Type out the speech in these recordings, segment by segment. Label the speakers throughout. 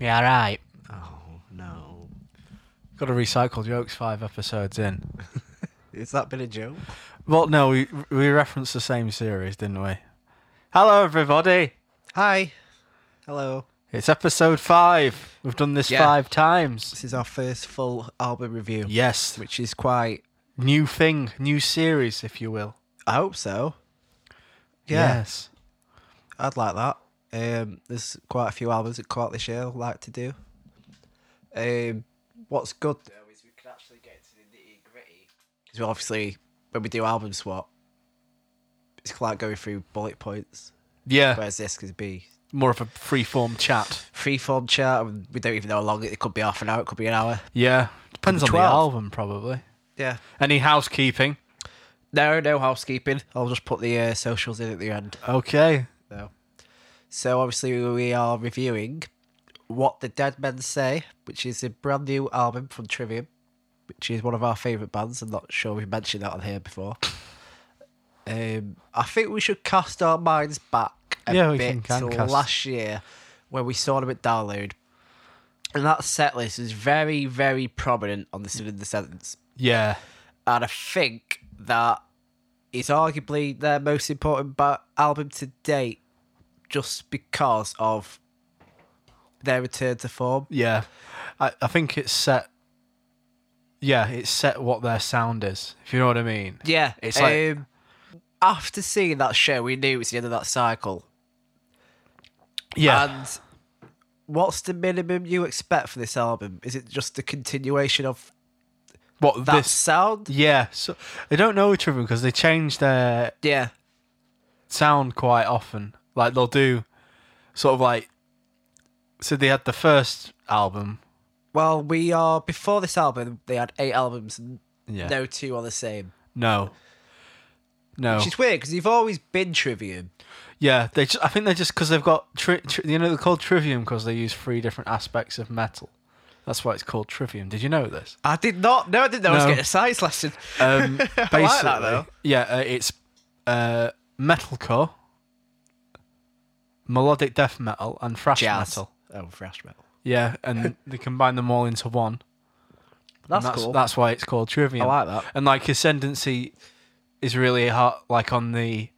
Speaker 1: Yeah, right.
Speaker 2: Oh no.
Speaker 1: Got to recycle jokes five episodes in.
Speaker 2: Is that been a joke?
Speaker 1: Well, no, we we referenced the same series, didn't we? Hello, everybody.
Speaker 2: Hi. Hello.
Speaker 1: It's episode five. We've done this
Speaker 2: Yeah.
Speaker 1: five times.
Speaker 2: This is our first full album review,
Speaker 1: Yes,
Speaker 2: which is quite.
Speaker 1: new thing, new series, if you will.
Speaker 2: I hope so. Yeah,
Speaker 1: Yes.
Speaker 2: I'd like that. Um, there's quite a few albums that caught this year I'd like to do. Um, what's good though is we can actually get to the nitty gritty. Because obviously, when we do album swap, it's like going through bullet points.
Speaker 1: Yeah.
Speaker 2: Whereas this could be
Speaker 1: More of a free-form chat.
Speaker 2: freeform chat. and We don't even know how long it, it could be. Half an hour. It could be an hour.
Speaker 1: Yeah. Depends on the
Speaker 2: 12.
Speaker 1: album, probably.
Speaker 2: Yeah.
Speaker 1: Any housekeeping?
Speaker 2: No, no housekeeping. I'll just put the uh, socials in at the end.
Speaker 1: Okay.
Speaker 2: So. so obviously we are reviewing What the Dead Men Say, which is a brand new album from Trivium, which is one of our favourite bands. I'm not sure we've mentioned that on here before. Um, I think we should cast our minds back a
Speaker 1: Yeah, we
Speaker 2: bit
Speaker 1: can- can
Speaker 2: to
Speaker 1: cast.
Speaker 2: last year when we saw them at Download. And that set list was very, very prominent on the Sin in the Sentence.
Speaker 1: Yeah.
Speaker 2: And I think that is arguably their most important ba- album to date just because of their return to form.
Speaker 1: Yeah, I, I think it's set. Yeah, it's set what their sound is. If you know what I mean.
Speaker 2: Yeah.
Speaker 1: It's like-
Speaker 2: um, after seeing that show, we knew it was the end of that cycle.
Speaker 1: Yeah,
Speaker 2: And what's the minimum you expect for this album? Is it just the continuation of
Speaker 1: what
Speaker 2: that
Speaker 1: this?
Speaker 2: sound?
Speaker 1: Yeah, so I don't know Trivium because they change their
Speaker 2: Yeah.
Speaker 1: sound quite often. Like they'll do, sort of like. So they had the first album.
Speaker 2: Well, we are before this album. They had eight albums, and
Speaker 1: Yeah.
Speaker 2: no two are the same.
Speaker 1: No. No.
Speaker 2: Which is weird because you've always been Trivium.
Speaker 1: Yeah, they. Just, I think they just because they've got tri- tri- you know they're called Trivium because they use three different aspects of metal. That's why it's called Trivium. Did you know this?
Speaker 2: I did not. No, I didn't know I was
Speaker 1: No.
Speaker 2: getting a science lesson.
Speaker 1: Um,
Speaker 2: I
Speaker 1: basically,
Speaker 2: like that, though.
Speaker 1: Yeah, uh, it's uh, metalcore, melodic death metal, and thrash metal.
Speaker 2: Oh, thrash metal.
Speaker 1: Yeah, and they combine them all into one.
Speaker 2: That's,
Speaker 1: and that's
Speaker 2: cool.
Speaker 1: That's why it's called Trivium.
Speaker 2: I like that.
Speaker 1: And like Ascendancy is really hot, like on the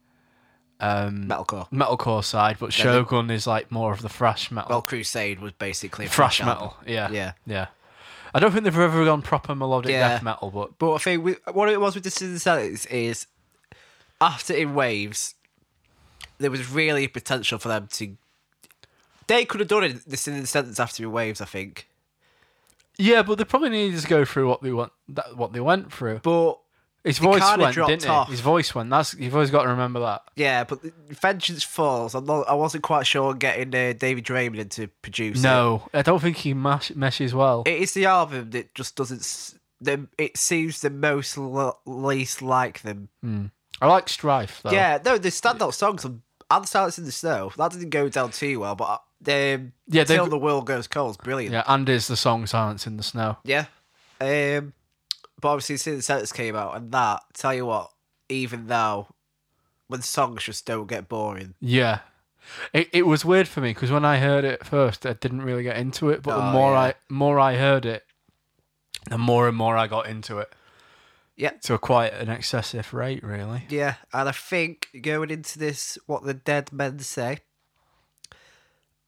Speaker 1: um,
Speaker 2: Metalcore.
Speaker 1: metalcore side, but
Speaker 2: they-
Speaker 1: Shogun is like more of the thrash metal.
Speaker 2: Well, Crusade was basically a
Speaker 1: thrash
Speaker 2: album.
Speaker 1: metal. Yeah.
Speaker 2: Yeah.
Speaker 1: Yeah. I don't think they've ever gone proper melodic
Speaker 2: Yeah.
Speaker 1: death metal, but
Speaker 2: But I think with, what it was with Distant Silence is after In Waves, there was really potential for them to. They could have done it Distant Silence after In Waves, I think.
Speaker 1: yeah, but they probably needed to go through what they want, that, what they went through.
Speaker 2: But
Speaker 1: His voice
Speaker 2: kinda
Speaker 1: went,
Speaker 2: dropped
Speaker 1: didn't he?
Speaker 2: off.
Speaker 1: His voice went. That's you've always got to remember that.
Speaker 2: yeah, but Vengeance Falls, I'm not, I wasn't quite sure on getting uh, David Draymond in to produce it.
Speaker 1: No, I don't think he mash, meshes well.
Speaker 2: it is the album that just doesn't. s- The, it seems the most l- least like them.
Speaker 1: I like Strife though.
Speaker 2: Yeah, no, the standout songs are "And Silence in the Snow." That didn't go down too well, but um,
Speaker 1: Yeah, they've-
Speaker 2: "Till the World Goes Cold" is brilliant.
Speaker 1: yeah, and is the song "Silence in the Snow"?
Speaker 2: Yeah, Um, but obviously, since the sentence came out, and that tell you what, even now, when songs just don't get boring,
Speaker 1: Yeah, it it was weird for me because when I heard it first, I didn't really get into it. But the
Speaker 2: Oh,
Speaker 1: more
Speaker 2: yeah.
Speaker 1: I more I heard it, the more and more I got into it.
Speaker 2: Yeah.
Speaker 1: to a quite an excessive rate, really.
Speaker 2: Yeah, and I think going into this, what the dead men say,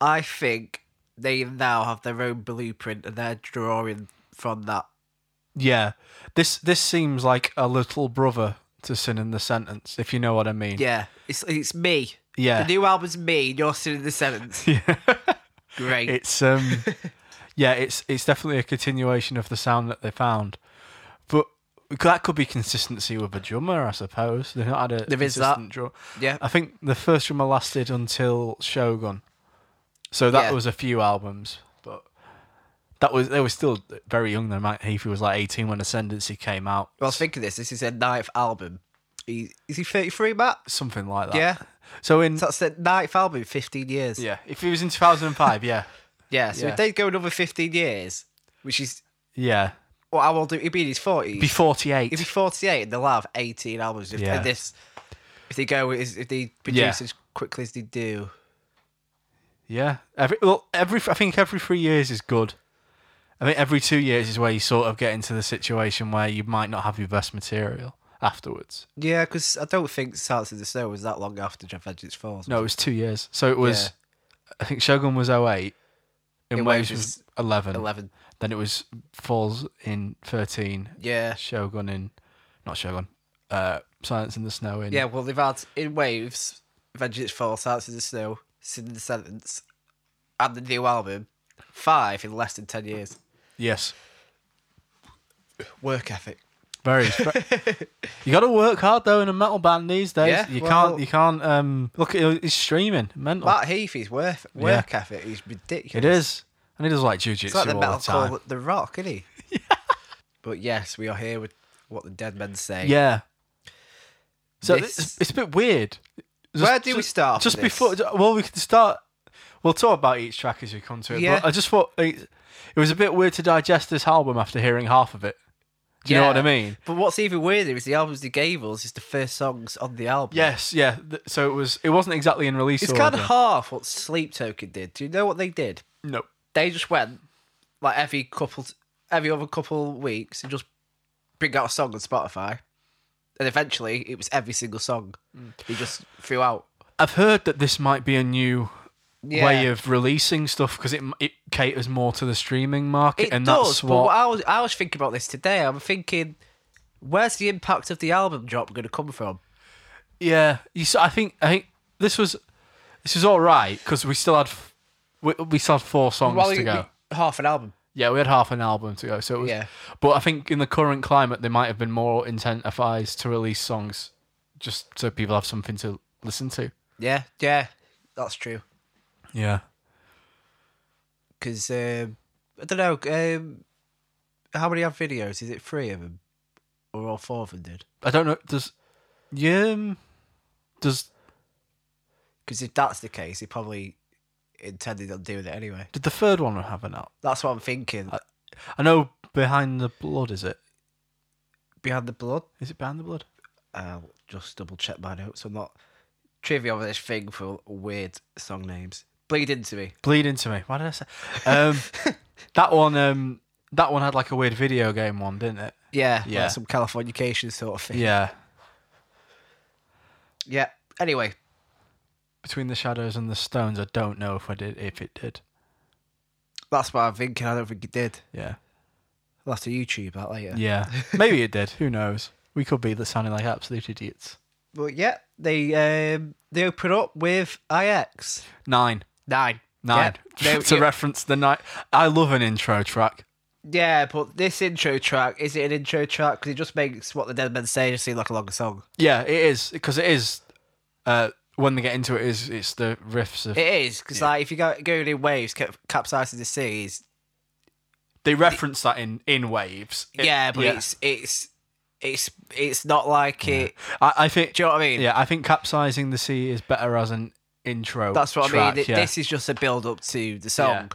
Speaker 2: I think they now have their own blueprint and they're drawing from that.
Speaker 1: Yeah, this this seems like a little brother to Sin in the Sentence, if you know what I mean.
Speaker 2: Yeah, it's it's me.
Speaker 1: Yeah.
Speaker 2: the new album's me. and You're still in the sentence.
Speaker 1: Yeah.
Speaker 2: Great.
Speaker 1: it's um yeah it's it's definitely a continuation of the sound that they found but that could be consistency with a drummer i suppose they've not had a
Speaker 2: There is that.
Speaker 1: consistent drum
Speaker 2: yeah,
Speaker 1: i think the first drummer lasted until shogun so that
Speaker 2: Yeah.
Speaker 1: was a few albums but that was they were still very young though mike heafy was like 18 when ascendancy came out
Speaker 2: well, think of this. This is their ninth album. He, is he 33, Matt?
Speaker 1: something like that
Speaker 2: Yeah,
Speaker 1: so in
Speaker 2: so that's their ninth album in 15 years.
Speaker 1: Ah. yeah if it was in 2005 yeah
Speaker 2: yeah. So
Speaker 1: Yeah.
Speaker 2: if they go another 15 years, which is
Speaker 1: yeah
Speaker 2: what I will do. He'd be in his 40s.
Speaker 1: be 48
Speaker 2: If he's 48, they'll have 18 albums. If,
Speaker 1: Yeah.
Speaker 2: and this, if they go, as- if they
Speaker 1: Yeah.
Speaker 2: produce as quickly as they do.
Speaker 1: Yeah. Every well, every I think every three years is good. I think every two years is where you sort of get into the situation where you might not have your best material afterwards.
Speaker 2: Yeah, because I don't think Silence in the Snow was that long after Jeff Vengeance Falls.
Speaker 1: No, it was two years. So it was. I think Shogun was 08, in
Speaker 2: It
Speaker 1: Waves
Speaker 2: was
Speaker 1: was 11.
Speaker 2: 11.
Speaker 1: Then it was Falls in 13,
Speaker 2: Yeah.
Speaker 1: Shogun in, not Shogun, uh, Silence in the Snow in.
Speaker 2: Yeah, well, they've had in waves Vengeance Falls, Silence in the Snow, Sin in the Sentence, and the new album. Five in less than 10 years.
Speaker 1: Yes.
Speaker 2: Work ethic.
Speaker 1: Very. you got to work hard though in a metal band these days.
Speaker 2: Yeah,
Speaker 1: you
Speaker 2: well-
Speaker 1: can't. You can't. Um, look at he's streaming mental.
Speaker 2: Matt Heath is worth work ethic. He's ridiculous.
Speaker 1: Oh. it is, and he does like jujitsu
Speaker 2: It's like the
Speaker 1: all the
Speaker 2: metal
Speaker 1: time.
Speaker 2: called The Rock, isn't he? But yes, we are here with what the dead men say.
Speaker 1: Yeah. So
Speaker 2: This-
Speaker 1: it's, it's a bit weird.
Speaker 2: Where do we start
Speaker 1: Just
Speaker 2: with this?
Speaker 1: before, well, we can start. We'll talk about each track as we come to it.
Speaker 2: Yeah.
Speaker 1: But I just thought it, it was a bit weird to digest this album after hearing half of it. Do you know what I
Speaker 2: Yeah.
Speaker 1: mean?
Speaker 2: But what's even weirder is the albums they gave us is the first songs on the album.
Speaker 1: Yes, yeah. th- So it was. It wasn't exactly in release
Speaker 2: It's
Speaker 1: order.
Speaker 2: kind of half what Sleep Token did. Do you know what they did?
Speaker 1: No.
Speaker 2: They just went like every couple, every other couple weeks, and just bring out a song on Spotify, and eventually it was every single song
Speaker 1: Mm.
Speaker 2: they just threw out.
Speaker 1: I've heard that this might be a new
Speaker 2: Yeah.
Speaker 1: way of releasing stuff because it it caters more to the streaming market,
Speaker 2: It
Speaker 1: and
Speaker 2: does.
Speaker 1: that's
Speaker 2: But
Speaker 1: what.
Speaker 2: what I was I was thinking about this today. I'm thinking, where's the impact of the album drop going to come from?
Speaker 1: Yeah, you. s- I think. I think this was. This was all right because we still had. f- We, we still had four songs to
Speaker 2: we-
Speaker 1: go.
Speaker 2: we- half an album.
Speaker 1: yeah, we had half an album to go. So it was,
Speaker 2: Yeah.
Speaker 1: But I think in the current climate, they might have been more intensified to release songs, just so people have something to listen to.
Speaker 2: Yeah, yeah, that's true.
Speaker 1: Yeah.
Speaker 2: Because um, I don't know, um, how many have videos? Is it three of them, or all four of them did?
Speaker 1: I don't know. Does. Yeah. um, Does
Speaker 2: Because if that's the case, they probably intended on doing it anyway.
Speaker 1: did the third one have an out?
Speaker 2: That's what I'm thinking.
Speaker 1: I know behind the blood is it?
Speaker 2: Behind the blood,
Speaker 1: Is it behind the blood?
Speaker 2: I'll just double check my notes. I'm not trivia on this thing for weird song names. Bleed into me.
Speaker 1: Bleed into me. Why did I say? Um, that one. Um, that one had like a weird video game one, didn't it?
Speaker 2: Yeah, yeah.
Speaker 1: Yeah.
Speaker 2: some Californication sort of thing. Yeah.
Speaker 1: Yeah.
Speaker 2: Anyway,
Speaker 1: Between the shadows and the stones. I don't know if I did. If it did.
Speaker 2: that's what I'm thinking. I don't think it did.
Speaker 1: Yeah.
Speaker 2: I'll have to YouTube that later.
Speaker 1: Yeah. Maybe it did. Who knows? We could be the sounding like absolute idiots.
Speaker 2: But yeah, they um, they open up with IX.
Speaker 1: Nine.
Speaker 2: Nine.
Speaker 1: Nine.
Speaker 2: Yeah, they-
Speaker 1: to
Speaker 2: yeah,
Speaker 1: reference the night. I love an intro track.
Speaker 2: yeah, but this intro track, is it an intro track? Because it just makes what the Dead Men Say just seem like a longer song.
Speaker 1: Yeah, it is because it is. Uh, when they get into it, is it's the riffs of
Speaker 2: It is, because like, if you go going in waves, cap- capsizing the sea is.
Speaker 1: they reference that in in waves. It-
Speaker 2: yeah, but it's it's it's it's not like it.
Speaker 1: I, I think
Speaker 2: Do you know what I mean?
Speaker 1: Yeah, I think capsizing the sea is better as an intro.
Speaker 2: That's what I
Speaker 1: track,
Speaker 2: mean. It-
Speaker 1: yeah.
Speaker 2: This is just a build up to the song.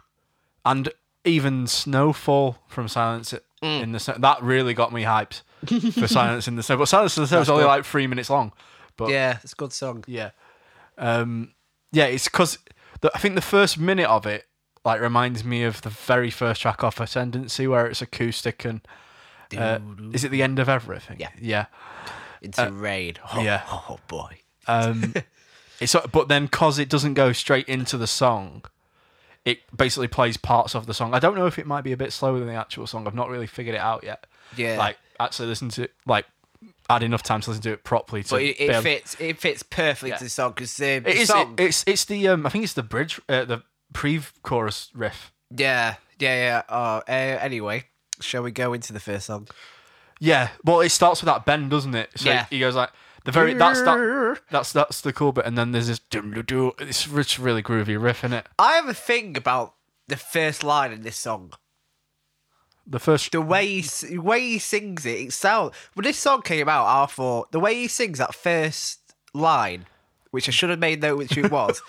Speaker 1: and even Snowfall from Silence
Speaker 2: Mm.
Speaker 1: in the Snow that really got me hyped for Silence in the Snow. But Silence in the Snow is only like three minutes long. But yeah,
Speaker 2: Yeah, it's a good song.
Speaker 1: yeah, um, yeah it's because I think the first minute of it like reminds me of the very first track off Ascendancy where it's acoustic and uh, is it the end of everything?
Speaker 2: Yeah.
Speaker 1: yeah.
Speaker 2: Into rain. Oh,
Speaker 1: yeah.
Speaker 2: oh boy.
Speaker 1: Um, it's but then because it doesn't go straight into the song, it basically plays parts of the song. I don't know if it might be a bit slower than the actual song. I've not really figured it out yet.
Speaker 2: Yeah.
Speaker 1: like actually listen to it, like had enough time to listen to it properly. To
Speaker 2: But um, it,
Speaker 1: be
Speaker 2: it
Speaker 1: able-
Speaker 2: fits. It fits perfectly to the song because the,
Speaker 1: It is.
Speaker 2: song.
Speaker 1: It, it's it's the um. I think it's the bridge. Uh, the pre-chorus riff.
Speaker 2: yeah, yeah, yeah. Oh, uh, anyway, shall we go into the first song?
Speaker 1: Yeah. Well, it starts with that bend, doesn't it? So
Speaker 2: Yeah.
Speaker 1: He goes like the very that's that that's that's the cool bit, and then there's this doo doo doo. It's it's really groovy riff in it.
Speaker 2: I have a thing about the first line in this song.
Speaker 1: The first
Speaker 2: The way he, s- the way he sings it, it sounds. When this song came out, I thought the way he sings that first line, which I should have made note which it was.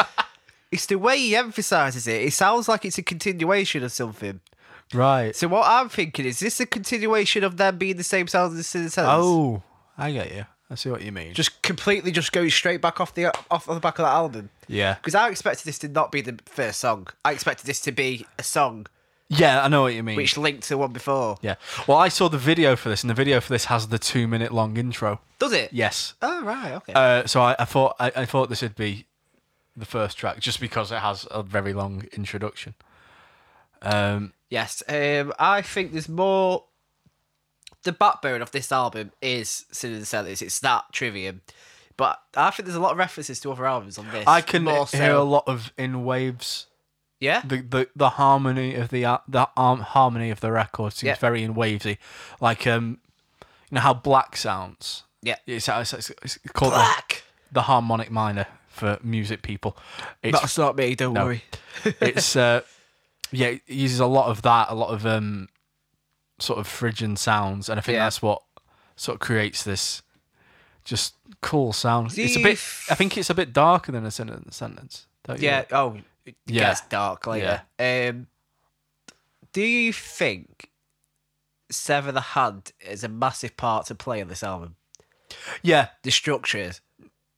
Speaker 2: it's the way he emphasizes it. It sounds like it's a continuation of something.
Speaker 1: right.
Speaker 2: So what I'm thinking is this a continuation of them being the same sound as the Sentence?
Speaker 1: Oh, I get you. I see what you mean.
Speaker 2: just completely just goes straight back off the off the back of that album.
Speaker 1: Yeah.
Speaker 2: Because I expected this to not be the first song. I expected this to be a song
Speaker 1: Yeah, I know what you mean.
Speaker 2: which linked to the one before.
Speaker 1: yeah. Well, I saw the video for this, and the video for this has the two minute long intro.
Speaker 2: Does it?
Speaker 1: Yes.
Speaker 2: Oh right, okay.
Speaker 1: Uh, so I, I thought I, I thought this would be the first track just because it has a very long introduction. Um,
Speaker 2: yes. Um I think there's more the backbone of this album is Sin and Cellies. It's that trivium. But I think there's a lot of references to other albums on this.
Speaker 1: I can
Speaker 2: more
Speaker 1: hear a
Speaker 2: so-
Speaker 1: lot of in waves.
Speaker 2: Yeah?
Speaker 1: The, the the harmony of the ar- the um, harmony of the record seems
Speaker 2: Yeah.
Speaker 1: very in wavesy, like um, you know how black sounds.
Speaker 2: yeah.
Speaker 1: It's, it's, it's, it's called the,
Speaker 2: Black!
Speaker 1: the harmonic minor for music people. It's
Speaker 2: That's not me, don't
Speaker 1: No.
Speaker 2: worry.
Speaker 1: it's uh yeah it uses a lot of that a lot of um sort of phrygian sounds and i think
Speaker 2: Yeah.
Speaker 1: that's what sort of creates this just cool sound
Speaker 2: Do
Speaker 1: it's a
Speaker 2: you
Speaker 1: bit
Speaker 2: f-
Speaker 1: i think it's a bit darker than a sentence sentence don't you?
Speaker 2: Yeah. Oh, it
Speaker 1: Yeah.
Speaker 2: gets dark later. Um, do you think Sever the Hand is a massive part to play on this album?
Speaker 1: yeah
Speaker 2: The structure is.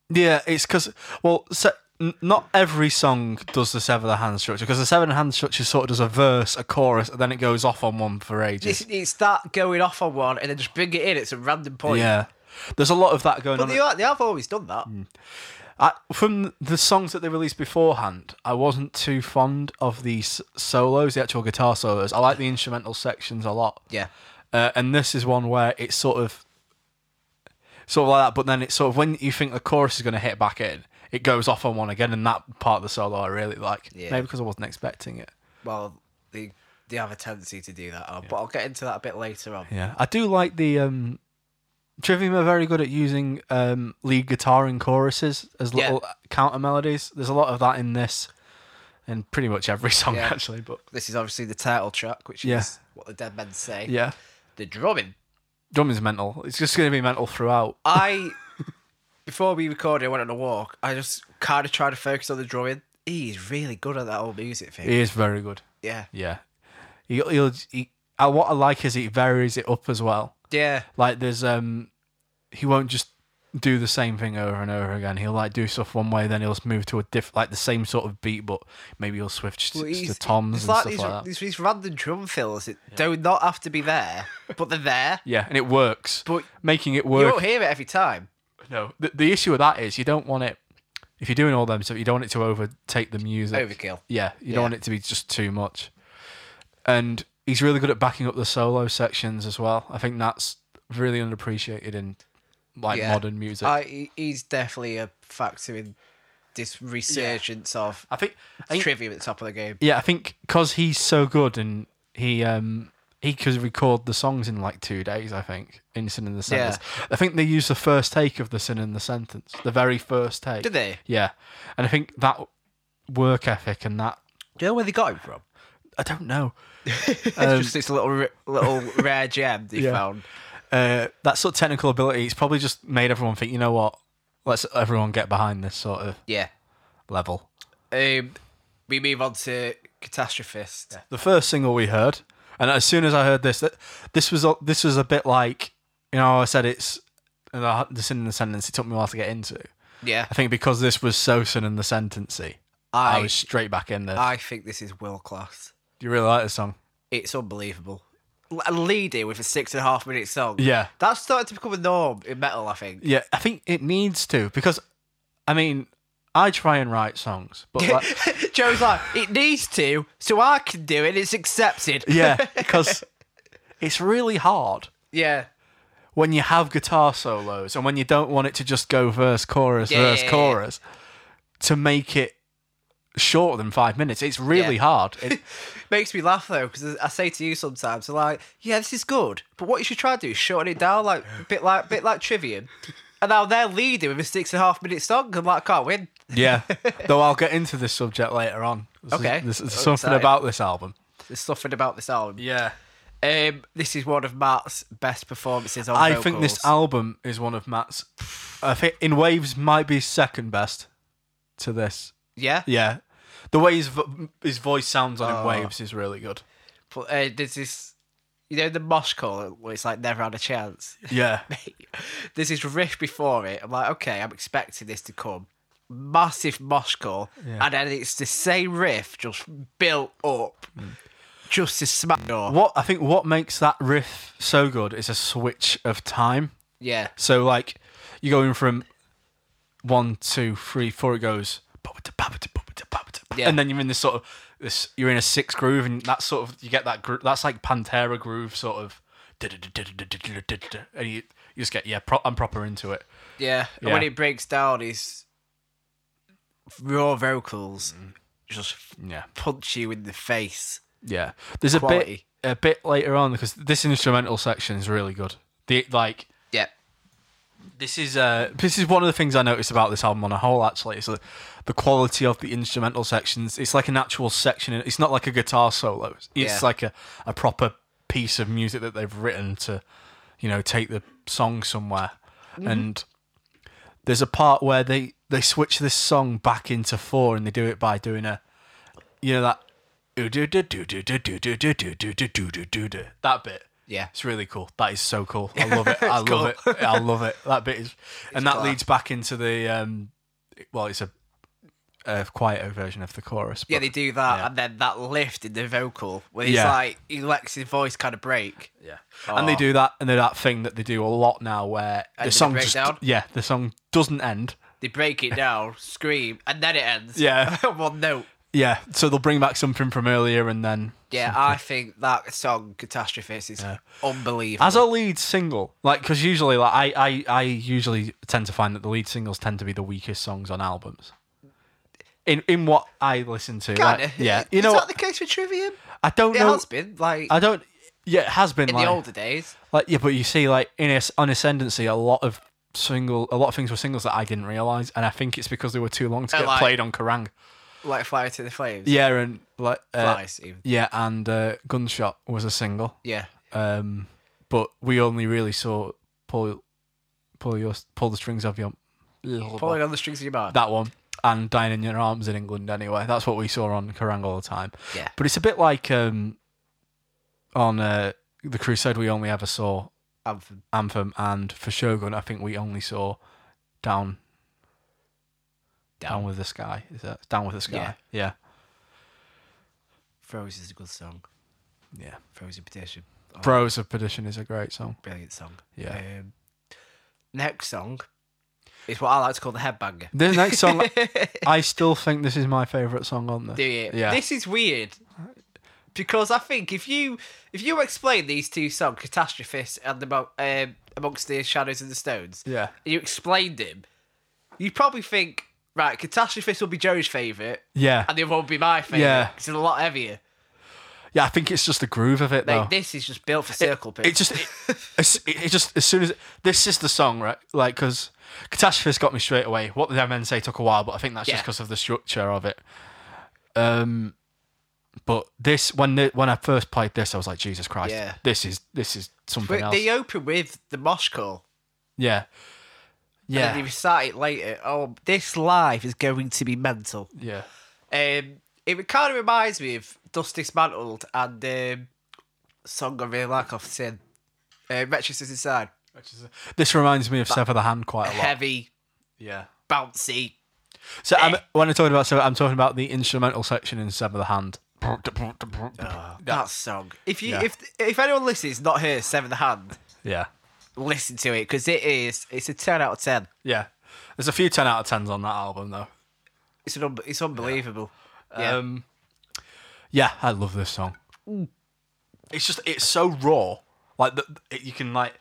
Speaker 1: yeah it's because well se- n- not every song does the sever the hand structure because the sever the hand structure sort of does a verse a chorus and then it goes off on one for ages
Speaker 2: It's, it's that going off on one and then just bring it in at some random point.
Speaker 1: yeah there's a lot of that going
Speaker 2: But
Speaker 1: on
Speaker 2: they, are, they have always done that.
Speaker 1: Mm. I, from the songs that they released beforehand, I wasn't too fond of the s- solos, the actual guitar solos. I like the instrumental sections a lot,
Speaker 2: Yeah.
Speaker 1: uh, and this is one where it's sort of, sort of like that. But then it's sort of when you think the chorus is going to hit back in, it goes off on one again, and that part of the solo I really like.
Speaker 2: Yeah.
Speaker 1: Maybe because I wasn't expecting it.
Speaker 2: Well, they, they have a tendency to do that. uh, But I'll get into that a bit later on.
Speaker 1: Yeah, I do like the. um Trivium are very good at using um, lead guitar in choruses as
Speaker 2: Yeah.
Speaker 1: little counter melodies. There's a lot of that in this, in pretty much every song
Speaker 2: Yeah.
Speaker 1: actually. But
Speaker 2: This is obviously the title track, which
Speaker 1: Yeah.
Speaker 2: is what the Dead Men say.
Speaker 1: yeah,
Speaker 2: The drumming.
Speaker 1: drumming's mental. It's just going to be mental throughout.
Speaker 2: I before we recorded, I went on a walk. I just kind of tried to focus on the drawing. He's really good at that old music thing.
Speaker 1: He is very good.
Speaker 2: Yeah,
Speaker 1: Yeah, he, he'll. He, uh, what I like is he varies it up as well.
Speaker 2: yeah,
Speaker 1: Like there's um, he won't just do the same thing over and over again. He'll like do stuff one way, then he'll move to a diff like the same sort of beat, but maybe he'll switch
Speaker 2: Well,
Speaker 1: to, to
Speaker 2: he's-
Speaker 1: toms
Speaker 2: it's
Speaker 1: and
Speaker 2: like
Speaker 1: stuff
Speaker 2: these,
Speaker 1: like that.
Speaker 2: These, these random drum fills that do not have to be there, but they're there.
Speaker 1: Yeah, and it works.
Speaker 2: But
Speaker 1: Making it
Speaker 2: you
Speaker 1: work.
Speaker 2: won't hear it every time.
Speaker 1: No, the, the issue with that is you don't want it. If you're doing all them stuff, you don't want it to overtake the music.
Speaker 2: Overkill.
Speaker 1: Yeah, you
Speaker 2: Yeah.
Speaker 1: don't want it to be just too much. And he's really good at backing up the solo sections as well. I think that's really underappreciated in like
Speaker 2: Yeah.
Speaker 1: modern music. I,
Speaker 2: I, he- he's definitely a factor in this resurgence of
Speaker 1: think, I think-
Speaker 2: trivia at the top of the game.
Speaker 1: yeah, I think because he's so good and he um he could record the songs in like two days. I think in Sin and the
Speaker 2: Yeah.
Speaker 1: Sentence. I think they used the first take of the Sin and the Sentence, the very first take.
Speaker 2: Did they?
Speaker 1: Yeah, and I think that work ethic and that
Speaker 2: Do you know where they got him from?
Speaker 1: I don't know.
Speaker 2: It's just this little r- little rare gem they
Speaker 1: Um, Yeah.
Speaker 2: found.
Speaker 1: uh, that sort of technical ability, it's probably just made everyone think, you know what, let's everyone get behind this sort of
Speaker 2: Yeah.
Speaker 1: level.
Speaker 2: Um, we move on to Catastrophist.
Speaker 1: The first single we heard, and as soon as I heard this, that this was a, this was a bit like, you know, I said it's and I- the sin in the sentence. It took me a while to get into.
Speaker 2: Yeah,
Speaker 1: I think because this was so sin in the sentency, I,
Speaker 2: I
Speaker 1: was straight back in there.
Speaker 2: I think this is world class.
Speaker 1: Do you really like this song?
Speaker 2: It's unbelievable. L- A leader with a six and a half minute song.
Speaker 1: Yeah,
Speaker 2: that's starting to become a norm in metal. I think.
Speaker 1: yeah. I think it needs to because, I mean, I try and write songs, but like,
Speaker 2: Joe's like, it needs to, so I can do it. It's accepted.
Speaker 1: yeah, because it's really hard.
Speaker 2: yeah,
Speaker 1: when you have guitar solos and when you don't want it to just go verse chorus
Speaker 2: Yeah,
Speaker 1: verse
Speaker 2: yeah, yeah.
Speaker 1: chorus to make it shorter than five minutes it's really
Speaker 2: Yeah.
Speaker 1: hard It-
Speaker 2: Makes me laugh though because I say to you sometimes, I'm like, yeah, this is good, but what you should try to do is shorten it down, like bit like bit like Trivium. And now they're leading with a six and a half minute song. I'm like, I can't win.
Speaker 1: yeah though i'll get into this subject later on This is-
Speaker 2: Okay. Oh,
Speaker 1: this is
Speaker 2: I'm
Speaker 1: something
Speaker 2: excited.
Speaker 1: about this album
Speaker 2: There's something about this album.
Speaker 1: yeah
Speaker 2: Um, this is one of Matt's best performances on
Speaker 1: i
Speaker 2: vocals.
Speaker 1: think this album is one of matt's i think in waves might be second best to this
Speaker 2: yeah.
Speaker 1: yeah the way his, vo- his voice sounds on in
Speaker 2: Oh.
Speaker 1: waves is really good
Speaker 2: But uh, there's this, you know, the mosh call where it's like never had a chance.
Speaker 1: yeah
Speaker 2: there's this riff before it. I'm like, okay, I'm expecting this to come, massive mosh call,
Speaker 1: Yeah.
Speaker 2: and then it's the same riff just built up,
Speaker 1: Mm.
Speaker 2: just to smack door.
Speaker 1: What I think what makes that riff so good is a switch of time.
Speaker 2: Yeah,
Speaker 1: So like you're going from one, two, three, four. It goes,
Speaker 2: Yeah.
Speaker 1: and then you're in this sort of this. You're in a six groove, and that's sort of you get that. Gro- that's like Pantera groove, sort of. And you, you just get yeah, pro- I'm proper into it.
Speaker 2: yeah. And when
Speaker 1: Yeah.
Speaker 2: it breaks down, his raw vocals
Speaker 1: Mm.
Speaker 2: just
Speaker 1: Yeah,
Speaker 2: punch you in the face.
Speaker 1: yeah. There's a bit
Speaker 2: Quality.
Speaker 1: a bit later on because this instrumental section is really good. The like
Speaker 2: Yeah,
Speaker 1: this is uh this is one of the things I noticed about this album on a whole actually is the, the quality of the instrumental sections. It's like an actual section. in- It's not like a guitar solo. It's
Speaker 2: Yeah.
Speaker 1: like a, a proper piece of music that they've written to, you know, take the song somewhere. And there's a part where they they switch this song back into four and they do it by doing a, you know that. That bit.
Speaker 2: yeah.
Speaker 1: It's really cool. That is so cool. I love it. I love it. I love it. That bit is, and that
Speaker 2: class.
Speaker 1: leads back into the um, well, it's a, a quieter version of the chorus.
Speaker 2: Yeah,
Speaker 1: but-
Speaker 2: they do that,
Speaker 1: Yeah.
Speaker 2: and then that lift in the vocal, where he's
Speaker 1: Yeah.
Speaker 2: like, he lets his voice kind of break.
Speaker 1: yeah, and they
Speaker 2: Aw.
Speaker 1: do that, and they do that thing that they do a lot now, where
Speaker 2: End
Speaker 1: the
Speaker 2: of Oh. the
Speaker 1: song just
Speaker 2: breakdown?
Speaker 1: yeah, the song doesn't end.
Speaker 2: They break it down, scream, and then it ends.
Speaker 1: Yeah.
Speaker 2: on one note.
Speaker 1: Yeah, so they'll bring back something from earlier, and then
Speaker 2: Yeah, I think that song "Catastrophes" is unbelievable.
Speaker 1: as a lead single, like because usually, like I, I, I usually tend to find that the lead singles tend to be the weakest songs on albums. In in what I listen to,
Speaker 2: Kinda.
Speaker 1: like, yeah,
Speaker 2: Is
Speaker 1: you know,
Speaker 2: that
Speaker 1: what?
Speaker 2: the case with Trivium?
Speaker 1: I don't
Speaker 2: It
Speaker 1: know.
Speaker 2: has been like
Speaker 1: I don't. Yeah, it has been
Speaker 2: in
Speaker 1: like,
Speaker 2: the older days.
Speaker 1: like yeah, but you see, like in As- on Ascendancy, a lot of single, a lot of things were singles that I didn't realize, and I think it's because they were too long to
Speaker 2: Oh,
Speaker 1: get
Speaker 2: like-
Speaker 1: played on Kerrang.
Speaker 2: Like "Fire to the Flames."
Speaker 1: Yeah, and like uh,
Speaker 2: Flies, even.
Speaker 1: yeah, and uh, Gunshot was a single,
Speaker 2: yeah,
Speaker 1: um, but we only really saw pull pull your pull the strings of your
Speaker 2: pulling on the strings of your mind.
Speaker 1: that one and dying in your arms in England anyway. That's what we saw on Kerrang all the time.
Speaker 2: Yeah.
Speaker 1: but it's a bit like um, on uh, the Crusade. We only ever saw
Speaker 2: Anthem.
Speaker 1: Anthem and for Shogun, I think we only saw Down Down, with the Sky. Is that Down with the Sky? Yeah.
Speaker 2: Froze is a good song.
Speaker 1: Yeah.
Speaker 2: Frozen Petition, Oh,
Speaker 1: Bros of Perdition is a great song.
Speaker 2: brilliant song.
Speaker 1: Yeah.
Speaker 2: Um, next song is what I like to call the headbanger.
Speaker 1: The next song I still think this is my favourite song on this.
Speaker 2: Do you?
Speaker 1: Yeah.
Speaker 2: This is weird because I think if you if you explain these two songs, "Catastrophes" and about um, amongst the shadows and the stones,
Speaker 1: Yeah.
Speaker 2: and you explained him, you probably think right, "Catastrophes" will be Joe's favorite,
Speaker 1: Yeah.
Speaker 2: and the other one will be my favorite.
Speaker 1: Yeah.
Speaker 2: it's a lot heavier.
Speaker 1: Yeah, I think it's just the groove of it though.
Speaker 2: Like this is just built for circle pits.
Speaker 1: Oh. it just it, it's- it, it just as soon as this is the song right like because catastrophe's got me straight away what did i men say took a while but i think that's just
Speaker 2: Yeah.
Speaker 1: because of the structure of it um but this when the, when i first played this i was like jesus christ
Speaker 2: Yeah.
Speaker 1: this is this is something
Speaker 2: But
Speaker 1: else
Speaker 2: they open with the uh, mosh call,
Speaker 1: yeah
Speaker 2: and then they
Speaker 1: yeah
Speaker 2: recite it later. Oh, this live is going to be mental.
Speaker 1: yeah
Speaker 2: Um, it kind of reminds me of Dust Dismantled and um, song I really like off Sin, uh, Retrosis Inside.
Speaker 1: this reminds me of sever the hand quite a lot
Speaker 2: Heavy,
Speaker 1: yeah
Speaker 2: bouncy.
Speaker 1: so I'm, when i'm talking about so i'm talking about the instrumental section in sever the hand
Speaker 2: That song. If you
Speaker 1: Yeah.
Speaker 2: if if anyone listens, not here, seven the hand,
Speaker 1: yeah
Speaker 2: listen to it because it is it's a ten out of ten.
Speaker 1: yeah there's a few 10 out of 10s on that album though
Speaker 2: It's an un- it's unbelievable. Yeah.
Speaker 1: Um, yeah, I love this song. It's just it's so raw. Like the, it, you can like,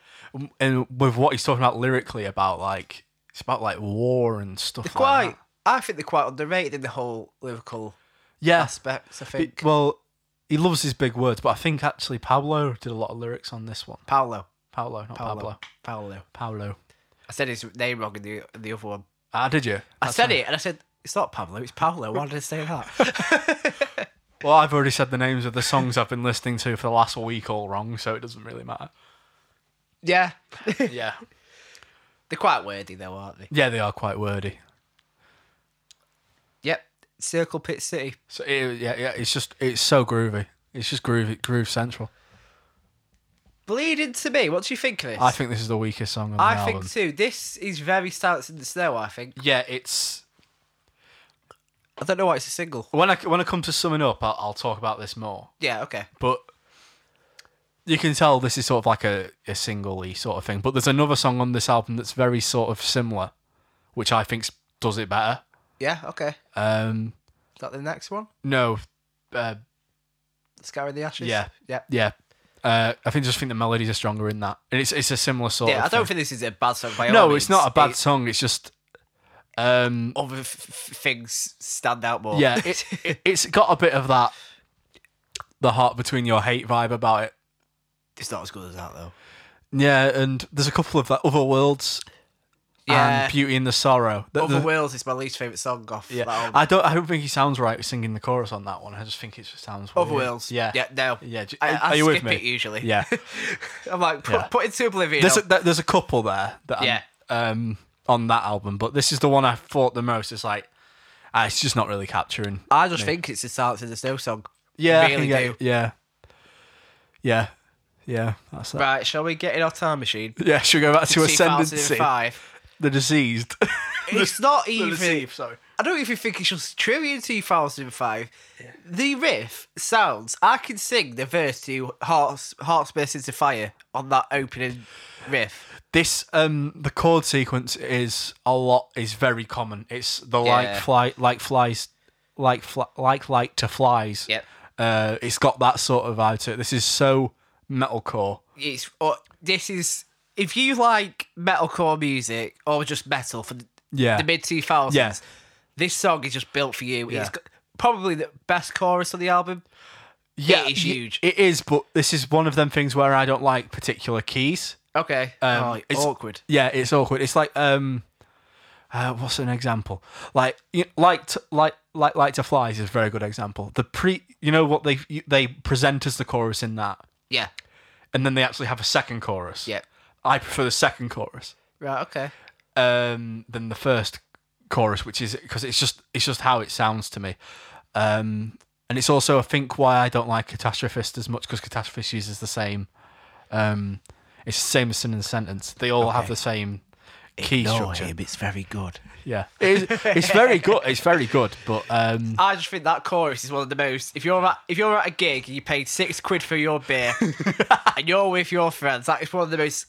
Speaker 1: and with what he's talking about lyrically about like it's about like war and stuff. like
Speaker 2: quite.
Speaker 1: that.
Speaker 2: I think they're quite underrated in the whole lyrical
Speaker 1: yeah.
Speaker 2: aspects. I think
Speaker 1: It- well, he loves his big words, but I think actually Pablo did a lot of lyrics on this one.
Speaker 2: Paolo,
Speaker 1: Pablo, not
Speaker 2: Paolo,
Speaker 1: Pablo.
Speaker 2: Paolo.
Speaker 1: Pablo.
Speaker 2: I said his name wrong in the in the other one.
Speaker 1: Ah, did you?
Speaker 2: I said it, and I said it's not Pablo, it's Paolo. Why did I say that?
Speaker 1: Well, I've already said the names of the songs I've been listening to for the last week all wrong, so it doesn't really matter.
Speaker 2: yeah, they're
Speaker 1: Yeah.
Speaker 2: quite wordy though, aren't they?
Speaker 1: Yeah, they are quite wordy.
Speaker 2: Yep. Circle Pit City.
Speaker 1: So it, yeah, yeah, it's just it's so groovy. It's just groovy, groove central.
Speaker 2: Bleeding to me. What do you think of this?
Speaker 1: I think this is the weakest song on the
Speaker 2: I
Speaker 1: album.
Speaker 2: think too. This is very Silence in the Snow. I think.
Speaker 1: yeah, it's
Speaker 2: I don't know why it's a single.
Speaker 1: When I when I come to summing up, I'll, I'll talk about this more.
Speaker 2: Yeah, okay.
Speaker 1: But you can tell this is sort of like a, a single sort of thing. But there's another song on this album that's very sort of similar, which I think does it better.
Speaker 2: Yeah, okay. Is
Speaker 1: Um,
Speaker 2: that the next one?
Speaker 1: no, uh,
Speaker 2: Scar in the Ashes?
Speaker 1: Yeah.
Speaker 2: Yeah.
Speaker 1: yeah, uh, I think just think the melodies are stronger in that, and it's it's a similar sort.
Speaker 2: Yeah,
Speaker 1: of
Speaker 2: I don't
Speaker 1: thing.
Speaker 2: think this is a bad song by all
Speaker 1: no, it's
Speaker 2: means.
Speaker 1: not a bad
Speaker 2: It-
Speaker 1: song. It's just, um,
Speaker 2: other f- f- things stand out more.
Speaker 1: yeah, it, it, it's got a bit of that, the heart between your hate vibe about it.
Speaker 2: it's not as good as that though.
Speaker 1: Yeah, and there's a couple of like other worlds
Speaker 2: Yeah,
Speaker 1: and Beauty and the Sorrow. The-
Speaker 2: Other
Speaker 1: the-
Speaker 2: Worlds is my least favorite song off
Speaker 1: yeah,
Speaker 2: that album.
Speaker 1: I don't. I don't think he sounds right singing the chorus on that one. I just think it just sounds.
Speaker 2: Other
Speaker 1: weird.
Speaker 2: Worlds.
Speaker 1: Yeah.
Speaker 2: yeah, no,
Speaker 1: Yeah, j-
Speaker 2: I,
Speaker 1: are
Speaker 2: I
Speaker 1: you with
Speaker 2: skip
Speaker 1: me?
Speaker 2: it usually.
Speaker 1: Yeah.
Speaker 2: I'm like put,
Speaker 1: Yeah.
Speaker 2: put it to oblivion.
Speaker 1: There's a,
Speaker 2: I'll-
Speaker 1: there- there's a couple there that I'm-
Speaker 2: Yeah.
Speaker 1: um on that album, but this is the one I thought the most. It's like, ah, it's just not really capturing.
Speaker 2: I just think it's the Silence of the Snow song.
Speaker 1: Yeah, I
Speaker 2: really
Speaker 1: can get
Speaker 2: do.
Speaker 1: it. yeah, yeah, yeah. That's that.
Speaker 2: Right, shall we get in our time machine?
Speaker 1: Yeah, should we go back to ascendancy.
Speaker 2: 2005.
Speaker 1: The diseased.
Speaker 2: It's not
Speaker 1: the
Speaker 2: even.
Speaker 1: deceived. Sorry.
Speaker 2: I don't even think it's just trivia in 2005. The riff sounds. I can sing the verse to Hearts, Hearts Burst into Fire on that opening riff.
Speaker 1: This um the chord sequence is a lot is very common. It's the like
Speaker 2: Yeah.
Speaker 1: fly like flies like fly, like like to flies.
Speaker 2: Yep.
Speaker 1: Uh, it's got that sort of vibe to it. This is so metalcore.
Speaker 2: It's. Or, this is. If you like metalcore music or just metal for the
Speaker 1: Yeah.
Speaker 2: mid 2000s,
Speaker 1: Yeah.
Speaker 2: this song is just built for you.
Speaker 1: Yeah.
Speaker 2: It's got probably the best chorus on the album.
Speaker 1: yeah,
Speaker 2: is
Speaker 1: y-
Speaker 2: huge.
Speaker 1: It is, but this is one of them things where I don't like particular keys.
Speaker 2: Okay.
Speaker 1: Um,
Speaker 2: oh,
Speaker 1: it's-
Speaker 2: awkward.
Speaker 1: Yeah, it's awkward. It's like um, uh, what's an example? Like you, like to, like like like to flies is a very good example. The pre, you know what they they present as the chorus in that,
Speaker 2: Yeah.
Speaker 1: and then they actually have a second chorus.
Speaker 2: Yeah.
Speaker 1: I prefer the second chorus
Speaker 2: Right, okay.
Speaker 1: um than the first chorus, which is because it's just it's just how it sounds to me. Um, and it's also I think why I don't like Catastrophist as much because Catastrophist uses the same. Um, it's the same as Sin and Sentence. They all have the same key structure.
Speaker 2: it's very good.
Speaker 1: Yeah, it is, it's very good. It's very good, but um,
Speaker 2: I just think that chorus is one of the most. If you're at if you're at a gig and you paid six quid for your beer, and you're with your friends, that is one of the most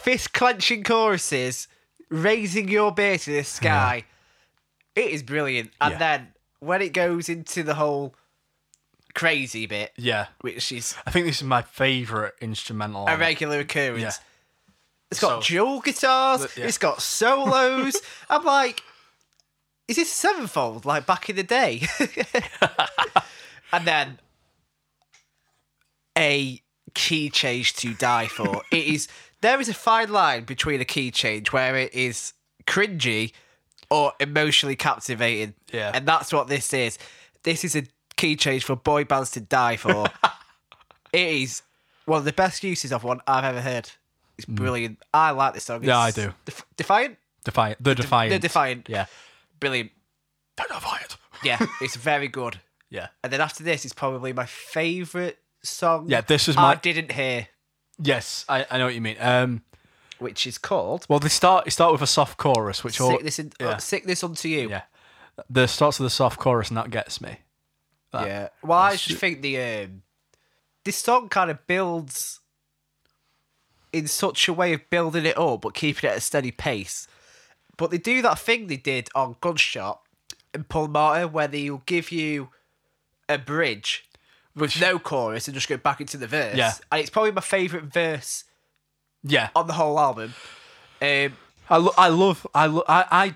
Speaker 2: fist clenching choruses, raising your beer to the sky. It is brilliant, and
Speaker 1: Yeah.
Speaker 2: then when it goes into the whole crazy bit,
Speaker 1: yeah,
Speaker 2: which is
Speaker 1: I think this is my favorite instrumental.
Speaker 2: a
Speaker 1: on it.
Speaker 2: regular
Speaker 1: Um,
Speaker 2: occurrence,
Speaker 1: Yeah,
Speaker 2: It's got
Speaker 1: So-
Speaker 2: dual guitars.
Speaker 1: Th- yeah.
Speaker 2: It's got solos. I'm like, is this sevenfold like back in the day? and then a key change to die for. it is there is a fine line between a key change where it is cringy or emotionally captivating.
Speaker 1: Yeah.
Speaker 2: And that's what this is. This is a key change for boy bands to die for. it is one of the best uses of one I've ever heard. It's brilliant. I like this song.
Speaker 1: Hmm. Yeah,
Speaker 2: It's
Speaker 1: I do.
Speaker 2: Def- Defiant?
Speaker 1: Defiant, the Defiant,
Speaker 2: The Defiant.
Speaker 1: yeah,
Speaker 2: Brilliant.
Speaker 1: the Defiant,
Speaker 2: Yeah, it's very good.
Speaker 1: yeah,
Speaker 2: And then after this, it's probably my favourite song
Speaker 1: yeah. This was
Speaker 2: I
Speaker 1: my
Speaker 2: didn't hear,
Speaker 1: yes. I, I know what you mean. Um,
Speaker 2: which is called
Speaker 1: well, they start they start with a soft chorus, which all
Speaker 2: Sickness, in-
Speaker 1: yeah.
Speaker 2: Sickness Unto You.
Speaker 1: Yeah. the starts with the soft chorus and that gets me.
Speaker 2: Yeah. Well, I just think the um, this song kind of builds in such a way of building it up, but keeping it at a steady pace. But they do that thing they did on Gunshot and Paul Martin, where they'll give you a bridge with no chorus and just go back into the verse.
Speaker 1: Yeah.
Speaker 2: And it's probably my favourite verse
Speaker 1: Yeah,
Speaker 2: on the whole album. Um,
Speaker 1: I, lo- I love I, lo- I I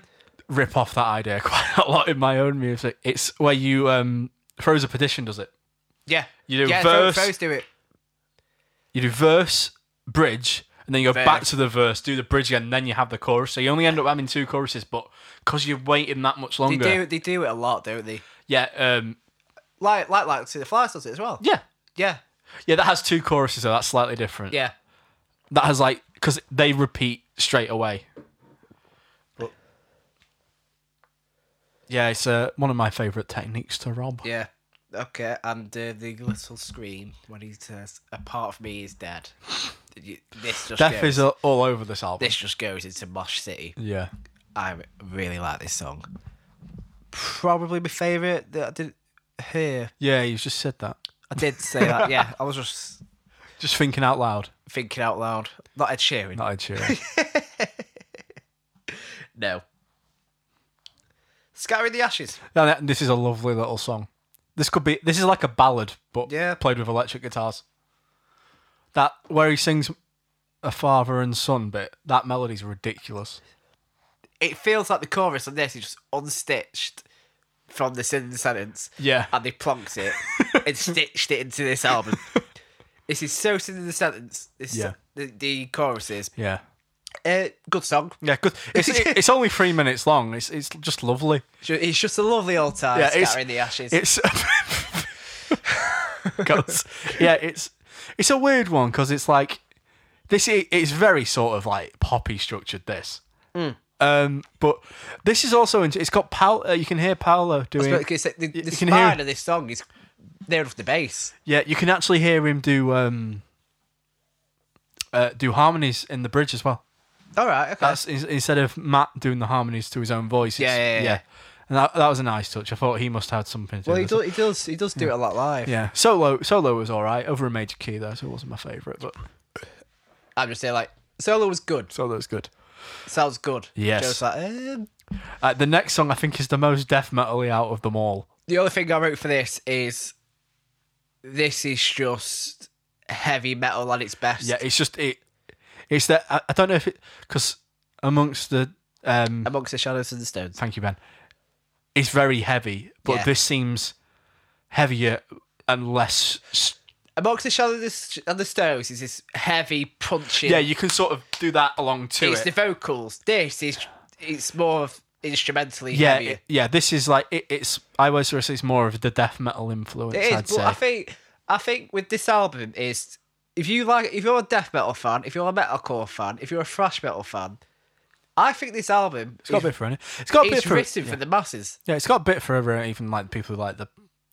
Speaker 1: rip off that idea quite a lot in my own music. It's where you um, Frozen Petition does it.
Speaker 2: yeah.
Speaker 1: You do
Speaker 2: yeah, Fro-
Speaker 1: verse-
Speaker 2: Fro's do it.
Speaker 1: you do verse, bridge, and then you go
Speaker 2: Verse.
Speaker 1: back to the verse, do the bridge again, and then you have the chorus. So you only end up having two choruses, but because you're waiting that much
Speaker 2: They
Speaker 1: longer,
Speaker 2: do, they do it a lot, don't they?
Speaker 1: yeah, um,
Speaker 2: Like, like, like, to the Flyers does it as well.
Speaker 1: yeah,
Speaker 2: Yeah.
Speaker 1: yeah, that has two choruses, so that's slightly different.
Speaker 2: Yeah.
Speaker 1: that has like because they repeat straight away. But yeah, it's uh, one of my favorite techniques to rob.
Speaker 2: Yeah. Okay, and uh, the little scream when he says, "A part of me is dead." You- This just
Speaker 1: Death
Speaker 2: goes,
Speaker 1: is uh, all over this album.
Speaker 2: this just goes into Mosh City.
Speaker 1: Yeah,
Speaker 2: I really like this song. probably my favourite that I didn't hear.
Speaker 1: Yeah, you just said that.
Speaker 2: I did say that, yeah. I was just
Speaker 1: Just thinking out loud.
Speaker 2: thinking out loud. Not Ed Sheeran.
Speaker 1: Not Ed Sheeran.
Speaker 2: No. Scattering the Ashes.
Speaker 1: and that- this is a lovely little song. This could be. This is like a ballad, but
Speaker 2: Yeah.
Speaker 1: played with electric guitars. That where he sings a father and son bit. That melody's ridiculous.
Speaker 2: It feels like the chorus on this is just unstitched from the sin sentence.
Speaker 1: Yeah.
Speaker 2: And they plonked it and stitched it into this album. this is so sin in the sentence. This
Speaker 1: Yeah.
Speaker 2: the, the choruses.
Speaker 1: Yeah.
Speaker 2: Uh, good song.
Speaker 1: Yeah, good. It's, it's only three minutes long. It's it's just lovely.
Speaker 2: Ju- It's just a lovely old time
Speaker 1: Yeah, it's-
Speaker 2: scattering the ashes.
Speaker 1: It's 'Cause- yeah, it's it's a weird one because it's like this. i- It's very sort of like poppy structured. This, um, but this is also int- it's got Paolo. You can hear Paolo doing.
Speaker 2: But it's like the,
Speaker 1: you
Speaker 2: the
Speaker 1: can hear-
Speaker 2: spine of this song is near enough the bass.
Speaker 1: Yeah, you can actually hear him do um, uh, do harmonies in the bridge as well.
Speaker 2: All right, okay.
Speaker 1: That's in- instead of Matt doing the harmonies to his own voice. it's-
Speaker 2: Yeah, yeah, yeah.
Speaker 1: And that, that was a nice touch. I thought he must have had something to
Speaker 2: well,
Speaker 1: do
Speaker 2: he
Speaker 1: with it.
Speaker 2: does, he does. He does do it a lot live.
Speaker 1: Yeah, solo solo was all right over a major key though, so it wasn't my favorite, but
Speaker 2: I'm just saying, like solo was good.
Speaker 1: solo's good.
Speaker 2: Sounds good.
Speaker 1: Yes.
Speaker 2: Joe's like, um,
Speaker 1: Uh, the next song I think is the most death metally out of them all.
Speaker 2: the only thing I wrote for this is this is just heavy metal at its best.
Speaker 1: Yeah, it's just it. It's that I, I don't know if it because amongst the um,
Speaker 2: Amongst the shadows and the stones.
Speaker 1: thank you Ben, it's very heavy, but
Speaker 2: Yeah.
Speaker 1: this seems heavier and less. s-
Speaker 2: Amongst the shadows and the stones is this heavy punching.
Speaker 1: Yeah, you can sort of do that along to
Speaker 2: it's
Speaker 1: it.
Speaker 2: the vocals. This is it's more of instrumentally
Speaker 1: yeah,
Speaker 2: heavier.
Speaker 1: it- yeah. This is like it, it's. I always say it's more of the death metal influence.
Speaker 2: It is,
Speaker 1: I'd
Speaker 2: but
Speaker 1: say.
Speaker 2: I think I think with this album is if you like if you're a death metal fan, if you're a metalcore fan, if you're a thrash metal fan, I think this album
Speaker 1: it's got a
Speaker 2: is,
Speaker 1: bit for any. It's got a bit
Speaker 2: it's
Speaker 1: for
Speaker 2: written for the masses.
Speaker 1: Yeah, it's got a bit for everyone, even like people who like the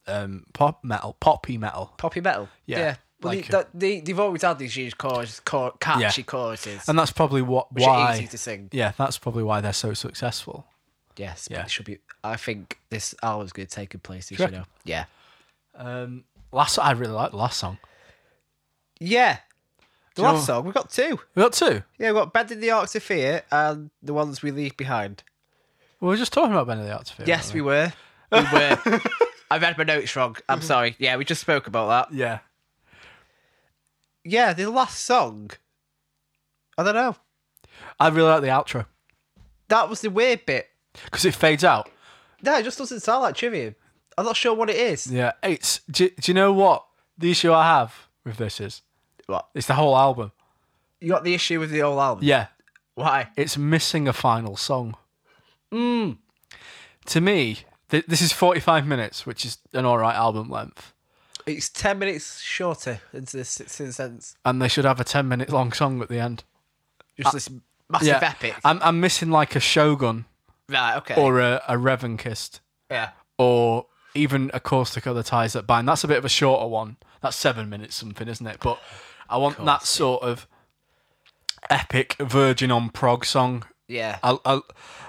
Speaker 1: um, pop metal, poppy metal.
Speaker 2: Poppy metal.
Speaker 1: Yeah,
Speaker 2: Well,
Speaker 1: like,
Speaker 2: they, that- they, they've always had these huge chorus, chor- catchy
Speaker 1: Yeah.
Speaker 2: choruses,
Speaker 1: And that's probably what
Speaker 2: which are
Speaker 1: why.
Speaker 2: easy to sing.
Speaker 1: Yeah, that's probably why they're so successful.
Speaker 2: Yes,
Speaker 1: Yeah.
Speaker 2: but it should be. I think this album's going to take a place. You know, yeah,
Speaker 1: Um, last, I really like the last song.
Speaker 2: yeah.
Speaker 1: Do
Speaker 2: The
Speaker 1: you
Speaker 2: last song we've got two.
Speaker 1: We got two.
Speaker 2: Yeah, we've got "Bend in the Arcs of Fear" and the ones we leave behind.
Speaker 1: We were just talking about Ben of the Arts.
Speaker 2: Yes, we were. We were. I read my notes wrong. I'm sorry. Yeah, we just spoke about that.
Speaker 1: Yeah,
Speaker 2: Yeah, the last song. I don't know.
Speaker 1: I really like the outro
Speaker 2: That was the weird bit.
Speaker 1: because it fades out.
Speaker 2: No, it just doesn't sound like Trivium. I'm not sure what it is.
Speaker 1: Yeah, it's. Do, do you know what the issue I have with this is?
Speaker 2: What?
Speaker 1: It's the whole album.
Speaker 2: You got the issue with the whole album.
Speaker 1: Yeah,
Speaker 2: Why?
Speaker 1: it's missing a final song. Mm. To me, th- this is forty-five minutes, which is an alright album length.
Speaker 2: It's 10 minutes shorter into the sixteen sense.
Speaker 1: and they should have a 10 minute long song at the end.
Speaker 2: Just
Speaker 1: Uh,
Speaker 2: this massive epic.
Speaker 1: I'm, I'm missing like a Shogun
Speaker 2: right, okay.
Speaker 1: Uh, or a, a Revenkist
Speaker 2: yeah.
Speaker 1: or even a Caustic Other Ties That Bind. That's a bit of a shorter one. That's seven minutes something, isn't it? But I want that sort of epic Virgin on prog song.
Speaker 2: Yeah. I,
Speaker 1: I, I,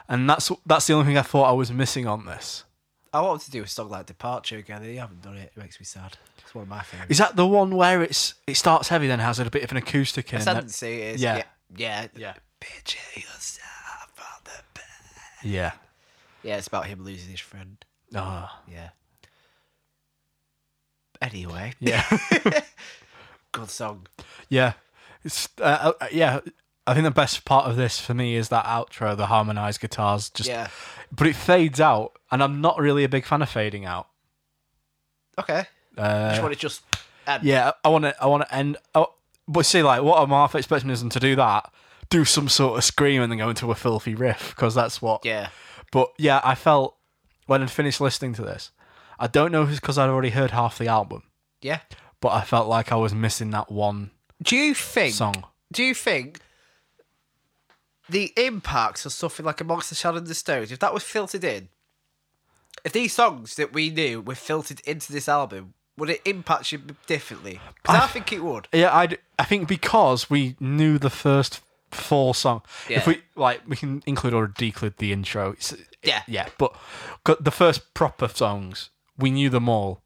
Speaker 1: and that's that's the only thing I thought I was missing on this.
Speaker 2: wanted to do a song like Departure again. They haven't done it. It makes me sad. It's one of my favourites.
Speaker 1: Is that the one where it's it starts heavy then has a bit of an acoustic in? that-
Speaker 2: Ascendancy is.
Speaker 1: Yeah.
Speaker 2: Yeah. Yeah.
Speaker 1: Yeah.
Speaker 2: Picture yourself on the bed.
Speaker 1: yeah.
Speaker 2: Yeah, it's about him losing his friend.
Speaker 1: Ah,
Speaker 2: Yeah. Anyway,
Speaker 1: yeah.
Speaker 2: good song.
Speaker 1: Yeah, it's uh, uh, yeah. I think the best part of this for me is that outro, the harmonized guitars. Just,
Speaker 2: Yeah.
Speaker 1: but it fades out, and I'm not really a big fan of fading out.
Speaker 2: Okay.
Speaker 1: Uh,
Speaker 2: Just want to just. um, End.
Speaker 1: yeah, I want to. I want to end. Oh, but see, like, what I'm half expecting is them to do that, do some sort of scream, and then go into a filthy riff because that's what.
Speaker 2: Yeah.
Speaker 1: But yeah, I felt when I finished listening to this, I don't know if it's because I'd already heard half the album,
Speaker 2: Yeah.
Speaker 1: but I felt like I was missing that one
Speaker 2: Do you think?
Speaker 1: song.
Speaker 2: Do you think? The impacts of something like Amongst the Shadows and the Stones, if that was filtered in, if these songs that we knew were filtered into this album, would it impact you differently? Because I, think it would.
Speaker 1: Yeah, I I think because we knew the first full song.
Speaker 2: Yeah.
Speaker 1: If we like, we can include or declude the intro. It's,
Speaker 2: Yeah.
Speaker 1: yeah. But 'cause the first proper songs, we knew them all.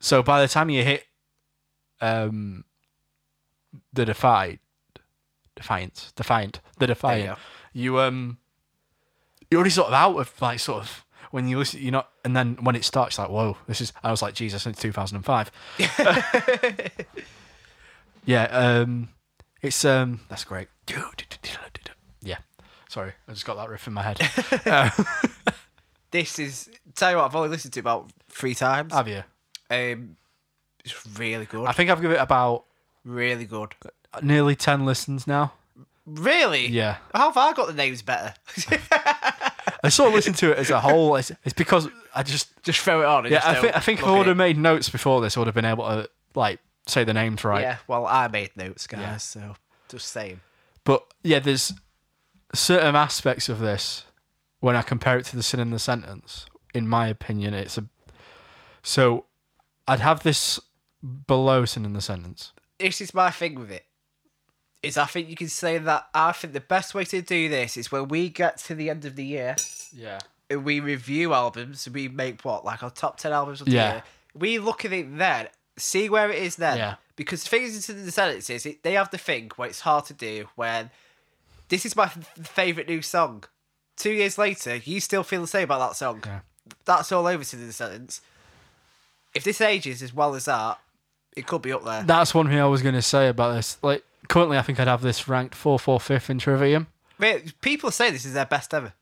Speaker 1: So by the time you hit, um, the defied, defiance, defiant, the
Speaker 2: There you
Speaker 1: defiant, you um, you're already sort of out of like sort of when you listen, you're not, and then when it starts, like whoa, this is. I was like Jesus, it's 2005. yeah, um, it's um, that's great. Yeah, sorry, I just got that riff in my head.
Speaker 2: This is tell you what, I've only listened to it about three times.
Speaker 1: Have you?
Speaker 2: Um, it's really good,
Speaker 1: I think I've given it about
Speaker 2: really good,
Speaker 1: nearly ten listens now.
Speaker 2: really.
Speaker 1: Yeah,
Speaker 2: How have I got the names better?
Speaker 1: I sort of listen to it as a whole. It's, it's because I just
Speaker 2: just throw it on. And
Speaker 1: yeah,
Speaker 2: just
Speaker 1: I
Speaker 2: don't
Speaker 1: think I think if
Speaker 2: look
Speaker 1: I
Speaker 2: at
Speaker 1: would
Speaker 2: it.
Speaker 1: have made notes before this, I would have been able to like say the names right.
Speaker 2: Yeah, well, I made notes, guys. So just saying.
Speaker 1: But yeah, there's certain aspects of this when I compare it to the sin in the sentence. In my opinion, it's a so I'd have this below sin in the sentence.
Speaker 2: This is my thing with it. Is I think you can say that I think the best way to do this is when we get to the end of the year
Speaker 1: Yeah.
Speaker 2: and we review albums. We make what like our top ten albums of the
Speaker 1: Yeah.
Speaker 2: year. We look at it then, see where it is then.
Speaker 1: Yeah.
Speaker 2: Because the thing is, in the sentence is it, they have the thing where it's hard to do when this is my f- favorite new song. Two years later, you still feel the same about that song.
Speaker 1: Yeah.
Speaker 2: That's all over to the sentence. If this ages as well as that, it could be up there.
Speaker 1: That's one thing I was gonna say about this. Like currently, I think I'd have this ranked four, four, fifth in Trivium.
Speaker 2: Mate, People say this is their best ever.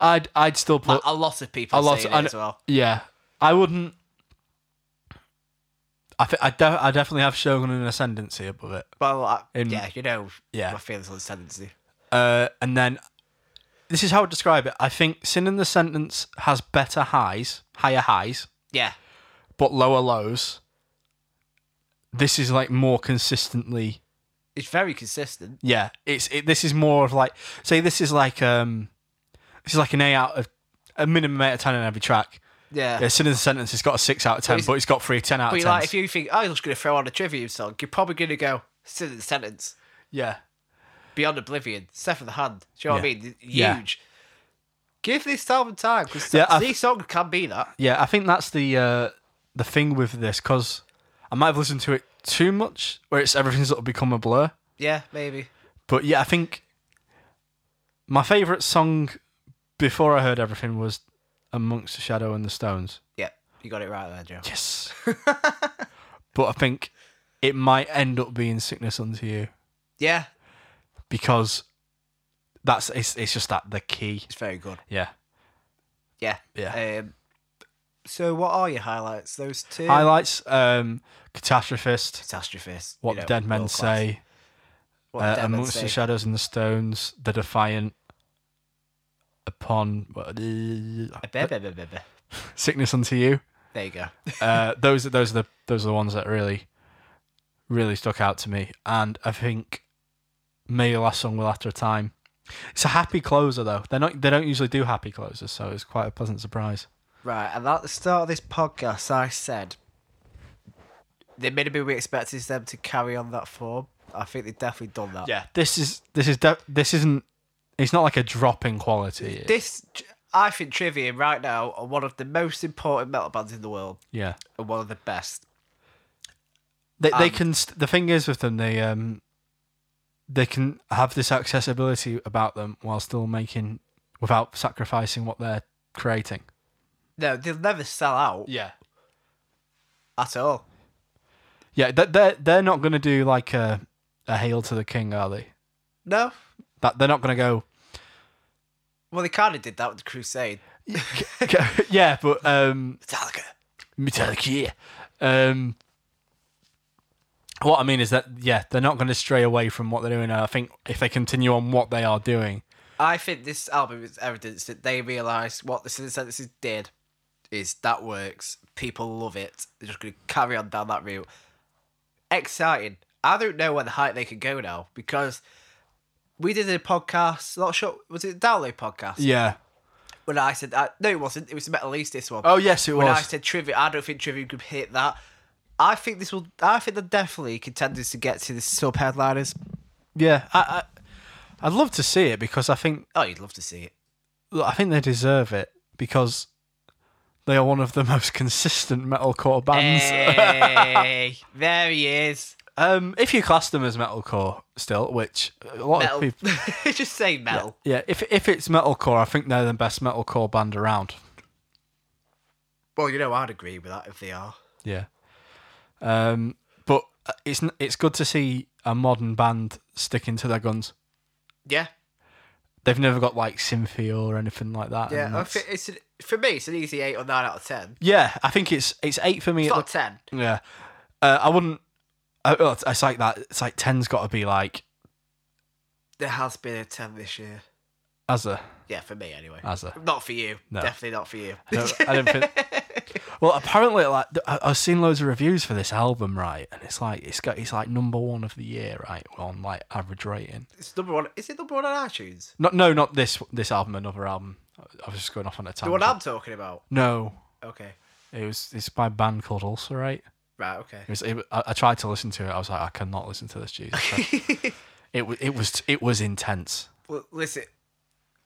Speaker 1: I'd I'd still put
Speaker 2: Like, a lot of people
Speaker 1: a lot
Speaker 2: say
Speaker 1: and-
Speaker 2: it as well.
Speaker 1: Yeah, I wouldn't. I thi- I, de- I definitely have Shogun an ascendancy above it.
Speaker 2: Well, I,
Speaker 1: In-
Speaker 2: yeah, you know,
Speaker 1: Yeah.
Speaker 2: my feelings on the tendency.
Speaker 1: Uh, and then this is how I would describe it. I think Sin in the Sentence has better highs, higher highs,
Speaker 2: Yeah,
Speaker 1: but lower lows. This is like more consistently.
Speaker 2: it's very consistent.
Speaker 1: Yeah, it's it, this is more of like say this is like um, this is like an eight out of a minimum eight out of ten on every track.
Speaker 2: Yeah.
Speaker 1: Yeah, Sin in the Sentence, it's got a six out of ten,
Speaker 2: it's-
Speaker 1: but it's got three ten out
Speaker 2: But
Speaker 1: of
Speaker 2: you
Speaker 1: ten.
Speaker 2: like, if you think, oh, I'm just going to throw on a trivia song, you're probably going to go, Sin in the Sentence,
Speaker 1: yeah,
Speaker 2: Beyond Oblivion, Step of the Hand. Do you know
Speaker 1: Yeah.
Speaker 2: what I mean? Huge.
Speaker 1: Yeah.
Speaker 2: Give this album time, because
Speaker 1: Yeah, I've-
Speaker 2: these songs can be that.
Speaker 1: Yeah, I think that's the uh, the thing with this because I might have listened to it too much, where it's everything's sort of become a blur.
Speaker 2: Yeah, maybe.
Speaker 1: But yeah, I think my favorite song before I heard everything was "Amongst the Shadow and the Stones."
Speaker 2: Yeah, you got it right there, Joe.
Speaker 1: Yes, but I think it might end up being "Sickness Unto You"
Speaker 2: Yeah,
Speaker 1: because that's it's it's just that the key.
Speaker 2: it's very good.
Speaker 1: Yeah,
Speaker 2: Yeah.
Speaker 1: Yeah.
Speaker 2: Um, so, what are your highlights? Those two?
Speaker 1: highlights: um, "Catastrophist,"
Speaker 2: Catastrophist.
Speaker 1: "What
Speaker 2: you know,
Speaker 1: the Dead Men
Speaker 2: world class.
Speaker 1: Say."
Speaker 2: What
Speaker 1: Uh,
Speaker 2: Dead Men
Speaker 1: amongst
Speaker 2: Say.
Speaker 1: the shadows and the stones, the defiant, upon uh,
Speaker 2: Be- be- be- be- be.
Speaker 1: sickness unto you.
Speaker 2: There you go.
Speaker 1: Uh, those are those are the those are the ones that really, really stuck out to me. And I think maybe the last song will after a time. It's a happy closer though. They're not they don't usually do happy closers, so it's quite a pleasant surprise.
Speaker 2: Right, and at the start of this podcast, I said the minimum we expect is them to carry on that form. I think they've definitely done that.
Speaker 1: Yeah, this is this is de- this isn't. It's not like a drop in quality.
Speaker 2: This, I think Trivium right now are one of the most important metal bands in the world
Speaker 1: yeah.
Speaker 2: and one of the best.
Speaker 1: they they can st- the thing is with them they um they can have this accessibility about them while still making without sacrificing what they're creating
Speaker 2: No, they'll never sell out
Speaker 1: yeah
Speaker 2: at all.
Speaker 1: yeah they they're, they're not going to do like a a hail to the king are they
Speaker 2: No?
Speaker 1: that they're not going to go
Speaker 2: Well, they kind of did that with the Crusade.
Speaker 1: yeah but um
Speaker 2: Metallica.
Speaker 1: Metallica um what I mean is that yeah they're not going to stray away from what they're doing and I think if they continue on what they are doing
Speaker 2: I think this album is evidence that they realised what the Synthesis did is that works. People love it. They're just going to carry on down that route. Exciting. I don't know where the height they can go now because we did a podcast, not sure, was it a download podcast?
Speaker 1: yeah
Speaker 2: When I said, that, no, it wasn't. It was Metal East, this one.
Speaker 1: oh yes it
Speaker 2: when I
Speaker 1: was
Speaker 2: said Trivia, I don't think Trivia could hit that. I think this will, I think they're definitely contenders to get to the sub headliners.
Speaker 1: yeah I, I I'd love to see it because I think
Speaker 2: Oh, you'd love to see it.
Speaker 1: I think they deserve it because they are one of the most consistent metalcore bands.
Speaker 2: Eh. Hey, there he is.
Speaker 1: Um, if you class them as metalcore still, which a lot of
Speaker 2: Metal.
Speaker 1: people,
Speaker 2: Just say metal.
Speaker 1: yeah, if if it's metalcore, I think they're the best metalcore band around.
Speaker 2: Well, you know, I'd agree with that if they are.
Speaker 1: Yeah. Um, but it's n- it's good to see a modern band sticking to their guns.
Speaker 2: Yeah,
Speaker 1: They've never got like synthy or anything like that.
Speaker 2: yeah.
Speaker 1: and
Speaker 2: I
Speaker 1: that's-
Speaker 2: thi- it's an, for me, it's an easy eight or nine out of ten.
Speaker 1: yeah. I think it's it's eight for me.
Speaker 2: It's
Speaker 1: at
Speaker 2: not a ten.
Speaker 1: the- yeah. Uh, I wouldn't. I, oh, it's- it's like that. It's like ten's got to be like
Speaker 2: There has been a ten this year.
Speaker 1: as a
Speaker 2: Yeah, for me anyway.
Speaker 1: as a.
Speaker 2: Not for you.
Speaker 1: Uh, No. uh,
Speaker 2: Definitely not for you.
Speaker 1: I don't, I don't think. Well, apparently, like I, I've seen loads of reviews for this album, right? And it's like it's got it's like number one of the year, right? On like average rating.
Speaker 2: It's number one. Is it number one on iTunes?
Speaker 1: Not no, not this this album. Another album. I was just going off on a
Speaker 2: The
Speaker 1: tangent.
Speaker 2: one I'm talking about.
Speaker 1: No,
Speaker 2: Okay.
Speaker 1: it was it's by a band called Ulcerate.
Speaker 2: Right. Okay.
Speaker 1: It was, it, I, I tried to listen to it. I was like, I cannot listen to this. Jesus, Christ. it was it was it was intense.
Speaker 2: Well, listen,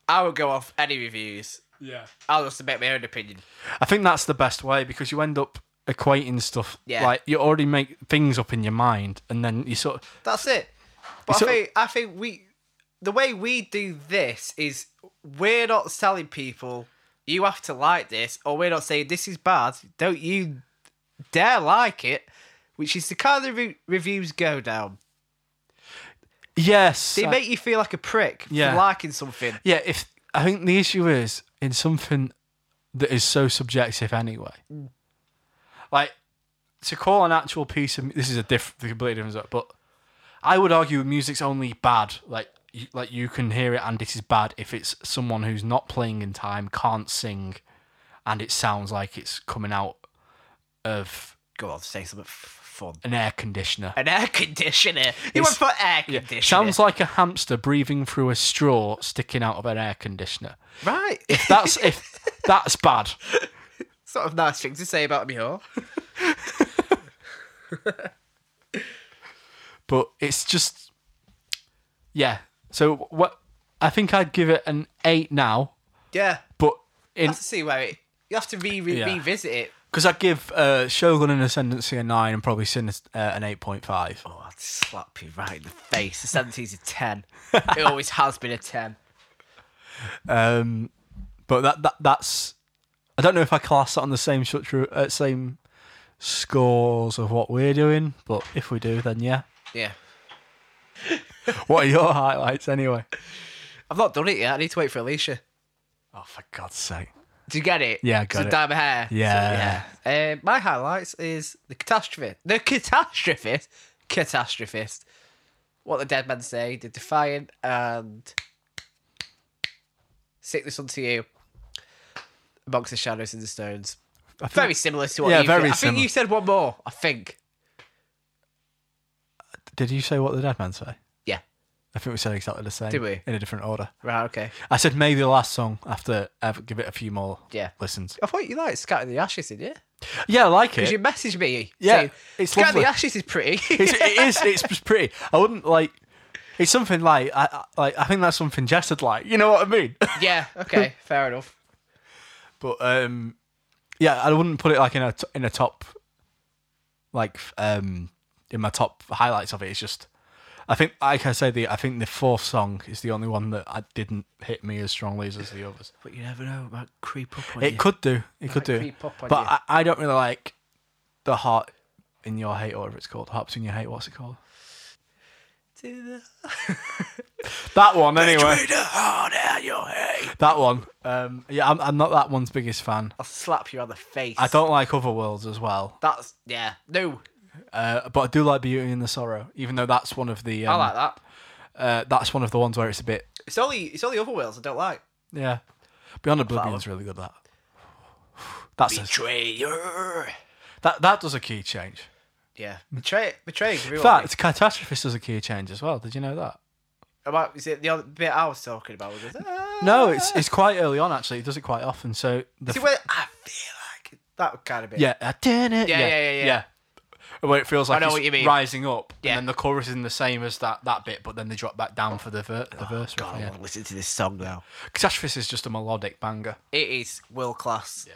Speaker 2: I would go off any reviews.
Speaker 1: Yeah,
Speaker 2: I'll just make my own opinion.
Speaker 1: I think that's the best way because you end up equating stuff.
Speaker 2: Yeah.
Speaker 1: like you already make things up in your mind, and then you sort of
Speaker 2: That's it. But
Speaker 1: So-
Speaker 2: I think I think we the way we do this is we're not telling people you have to like this, or we're not saying this is bad. Don't you dare like it, which is the kind of re- reviews go down.
Speaker 1: yes,
Speaker 2: They
Speaker 1: I-
Speaker 2: make you feel like a prick
Speaker 1: Yeah.
Speaker 2: for liking something.
Speaker 1: yeah. If I think the issue is in something that is so subjective anyway, like to call an actual piece of this is a diff, a completely different stuff, but I would argue music's only bad like you, like you can hear it and it is bad if it's someone who's not playing in time, can't sing, and it sounds like it's coming out of
Speaker 2: Go on, say something f- fun.
Speaker 1: an air conditioner.
Speaker 2: An air conditioner. You
Speaker 1: It's-
Speaker 2: went for air
Speaker 1: Yeah,
Speaker 2: conditioner.
Speaker 1: Sounds like a hamster breathing through a straw sticking out of an air conditioner.
Speaker 2: right. It's
Speaker 1: That's if that's bad.
Speaker 2: sort of nice thing to say about me, huh?
Speaker 1: but it's just yeah so what i think i'd give it an eight now
Speaker 2: Yeah.
Speaker 1: but in
Speaker 2: have to see where it. You have to re- re-
Speaker 1: Yeah.
Speaker 2: revisit it.
Speaker 1: because i'd give uh, shogun and ascendancy a nine and probably sin uh, an 8.5
Speaker 2: Oh, I'd slap you right in the face. The 70s a 10. It always has been a 10.
Speaker 1: um but that, that that's i don't know if i class that on the same structure uh, same scores of what we're doing but if we do then yeah
Speaker 2: Yeah.
Speaker 1: what are your highlights anyway
Speaker 2: I've not done it yet. I need to wait for Alicia.
Speaker 1: oh for god's sake
Speaker 2: Do you get it?
Speaker 1: Yeah, I got
Speaker 2: it's
Speaker 1: it.
Speaker 2: a dime a hair. So,
Speaker 1: Yeah.
Speaker 2: yeah. Uh, my highlights is the catastrophe. The catastrophist. Catastrophist. What the dead men say. The defiant and sickness unto you. Amongst the shadows and the stones.
Speaker 1: I think-
Speaker 2: Very similar to what
Speaker 1: Yeah,
Speaker 2: you
Speaker 1: very
Speaker 2: I
Speaker 1: similar.
Speaker 2: think you said one more. I think.
Speaker 1: did you say what the dead man say
Speaker 2: Yeah.
Speaker 1: i think we said exactly the same
Speaker 2: Did we?
Speaker 1: in a different order
Speaker 2: Right, okay.
Speaker 1: I said maybe the last song after I give it a few more
Speaker 2: Yeah.
Speaker 1: listens.
Speaker 2: I thought you liked Scatter the Ashes, did you?
Speaker 1: Yeah, I like
Speaker 2: Because
Speaker 1: it.
Speaker 2: you messaged me.
Speaker 1: Yeah,
Speaker 2: saying,
Speaker 1: it's
Speaker 2: Scatter
Speaker 1: lovely.
Speaker 2: the Ashes is pretty.
Speaker 1: It's, it is. It's just pretty. I wouldn't like. It's something like I I- like. I think that's something Jess would like. You know what I mean?
Speaker 2: yeah, okay, fair enough.
Speaker 1: but um, yeah, I wouldn't put it like in a t- in a top. Like f- um, in my top highlights of it, it's just. I think, like I say, the I think the fourth song is the only one that I didn't hit me as strongly as the others.
Speaker 2: But you never know, about creep up on
Speaker 1: It could do. It could do.
Speaker 2: creep up on
Speaker 1: But I, I don't really like the heart in your hate or whatever it's called. Hearts in your hate. What's it called?
Speaker 2: you.
Speaker 1: That one anyway.
Speaker 2: your head.
Speaker 1: That one. Um, yeah, I'm, I'm not that one's biggest fan.
Speaker 2: I'll slap you on the face.
Speaker 1: I don't like other worlds as well,
Speaker 2: That's, yeah, no,
Speaker 1: uh, but I do like Beauty and the Sorrow. Even though that's one of the
Speaker 2: I
Speaker 1: um,
Speaker 2: like that.
Speaker 1: uh, that's one of the ones where it's a bit
Speaker 2: It's only it's only other whales I don't like.
Speaker 1: yeah. Beyond Oblivion's really good. That that's a,
Speaker 2: Betrayer.
Speaker 1: that that does a key change.
Speaker 2: Yeah, betray betraying.
Speaker 1: In
Speaker 2: everyone.
Speaker 1: fact, Catastrophist does a key change as well. Did you know that?
Speaker 2: About is it the other bit I was talking about? Was it? uh,
Speaker 1: No, it's it's quite early on actually. It does it quite often. So the
Speaker 2: See, when I feel like that kind of bit.
Speaker 1: Yeah, I did it.
Speaker 2: Yeah, yeah, yeah, yeah.
Speaker 1: yeah. where it feels like
Speaker 2: know
Speaker 1: it's
Speaker 2: what you mean.
Speaker 1: rising up,
Speaker 2: Yeah.
Speaker 1: and then the chorus isn't the same as that, that bit, but then they drop back down for the, ver- the verse.
Speaker 2: Oh, God, I want to listen to this song now.
Speaker 1: Catastrophe is just a melodic banger.
Speaker 2: It is world class.
Speaker 1: Yeah.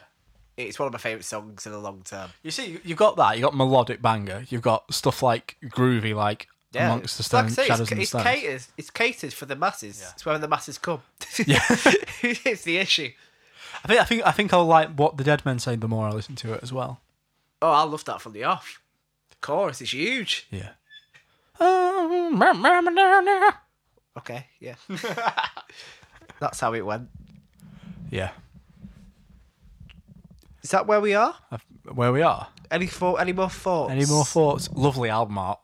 Speaker 2: It's one of my favourite songs in a long time.
Speaker 1: You see, you've got that. You've got melodic banger. You've got stuff like groovy, like amongst the
Speaker 2: Like I
Speaker 1: stone,
Speaker 2: say,
Speaker 1: shadows
Speaker 2: it's,
Speaker 1: and the
Speaker 2: it's
Speaker 1: stones.
Speaker 2: catered. It's catered for the masses. It's where the masses come.
Speaker 1: Yeah.
Speaker 2: it's the issue.
Speaker 1: I think I think I think I'll like what the Dead Men say the more I listen to it as well.
Speaker 2: Oh, I love that from the off. Chorus is huge.
Speaker 1: Yeah. Oh,
Speaker 2: Okay, yeah. That's how it went.
Speaker 1: Yeah.
Speaker 2: Is that where we are?
Speaker 1: I've, where we are.
Speaker 2: Any thought? Any more thoughts?
Speaker 1: Any more thoughts? Lovely album art.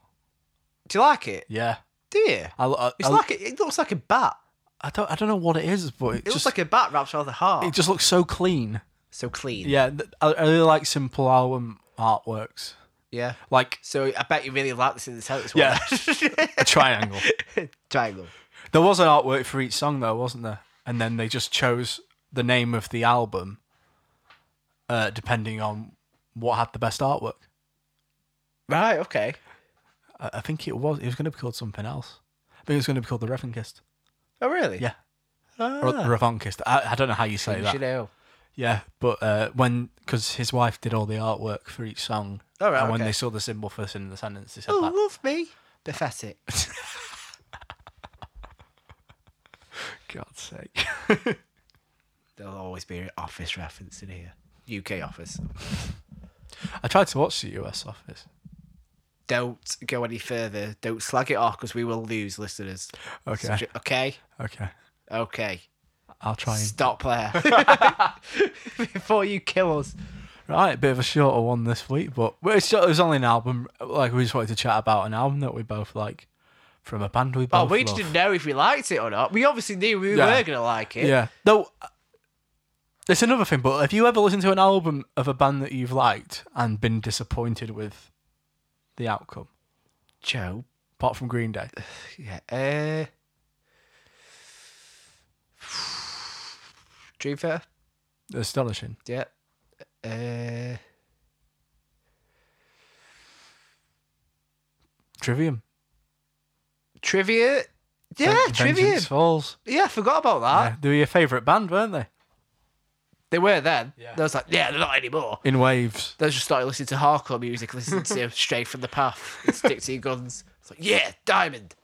Speaker 2: Do you like it?
Speaker 1: Yeah.
Speaker 2: Do you?
Speaker 1: I, I,
Speaker 2: It's
Speaker 1: I-
Speaker 2: like a, it looks like a bat.
Speaker 1: I don't I don't know what it is, but it,
Speaker 2: It
Speaker 1: just
Speaker 2: looks like a bat wrapped around the heart.
Speaker 1: it just looks so clean.
Speaker 2: so clean.
Speaker 1: Yeah. th- I, I really like simple album artworks.
Speaker 2: Yeah.
Speaker 1: Like
Speaker 2: So I bet you really like this in the sense.
Speaker 1: yeah, a triangle.
Speaker 2: Triangle.
Speaker 1: There was an artwork for each song though, wasn't there? And then they just chose the name of the album uh, depending on what had the best artwork.
Speaker 2: Right. Okay.
Speaker 1: I, I think it was it was going to be called something else. I think it was going to be called the Revenkist
Speaker 2: Oh really?
Speaker 1: Yeah. or
Speaker 2: Ah.
Speaker 1: the Revenkist. I, I don't know how you say
Speaker 2: You
Speaker 1: that.
Speaker 2: should know.
Speaker 1: Yeah, but uh, when because his wife did all the artwork for each song,
Speaker 2: All Oh, right,
Speaker 1: and when
Speaker 2: okay.
Speaker 1: they saw the symbol first in the sentence, they said
Speaker 2: Oh,
Speaker 1: that.
Speaker 2: love me. Pathetic.
Speaker 1: God's sake.
Speaker 2: There'll always be an office reference in here. UK office.
Speaker 1: I tried to watch the US Office.
Speaker 2: Don't go any further. Don't slag it off because we will lose listeners.
Speaker 1: Okay.
Speaker 2: So ju- okay.
Speaker 1: Okay,
Speaker 2: Okay.
Speaker 1: I'll try. And...
Speaker 2: Stop there. Before you kill us.
Speaker 1: Right, bit of a shorter one this week, but well, it's, it was only an album. Like we just wanted to chat about an album that we both like from a band we both.
Speaker 2: Oh, we just
Speaker 1: love.
Speaker 2: didn't know if we liked it or not. We obviously knew we
Speaker 1: Yeah.
Speaker 2: were going to like it.
Speaker 1: Yeah. Though it's another thing, but have you ever listened to an album of a band that you've liked and been disappointed with the outcome?
Speaker 2: Joe.
Speaker 1: Apart from Green Day.
Speaker 2: Yeah. Uh, Dream Theater?
Speaker 1: Astonishing.
Speaker 2: Yeah. Uh,
Speaker 1: Trivium.
Speaker 2: trivia? Yeah,
Speaker 1: Ven-
Speaker 2: Trivia.
Speaker 1: Vengeance Falls.
Speaker 2: Yeah, I forgot about that.
Speaker 1: Yeah, They were your favourite band, weren't they?
Speaker 2: They were then.
Speaker 1: Yeah.
Speaker 2: I was like, yeah, they're not anymore.
Speaker 1: In Waves.
Speaker 2: They just started listening to hardcore music, listening to Straight from the Path, and Stick to Your Guns. It's like, yeah, Diamond.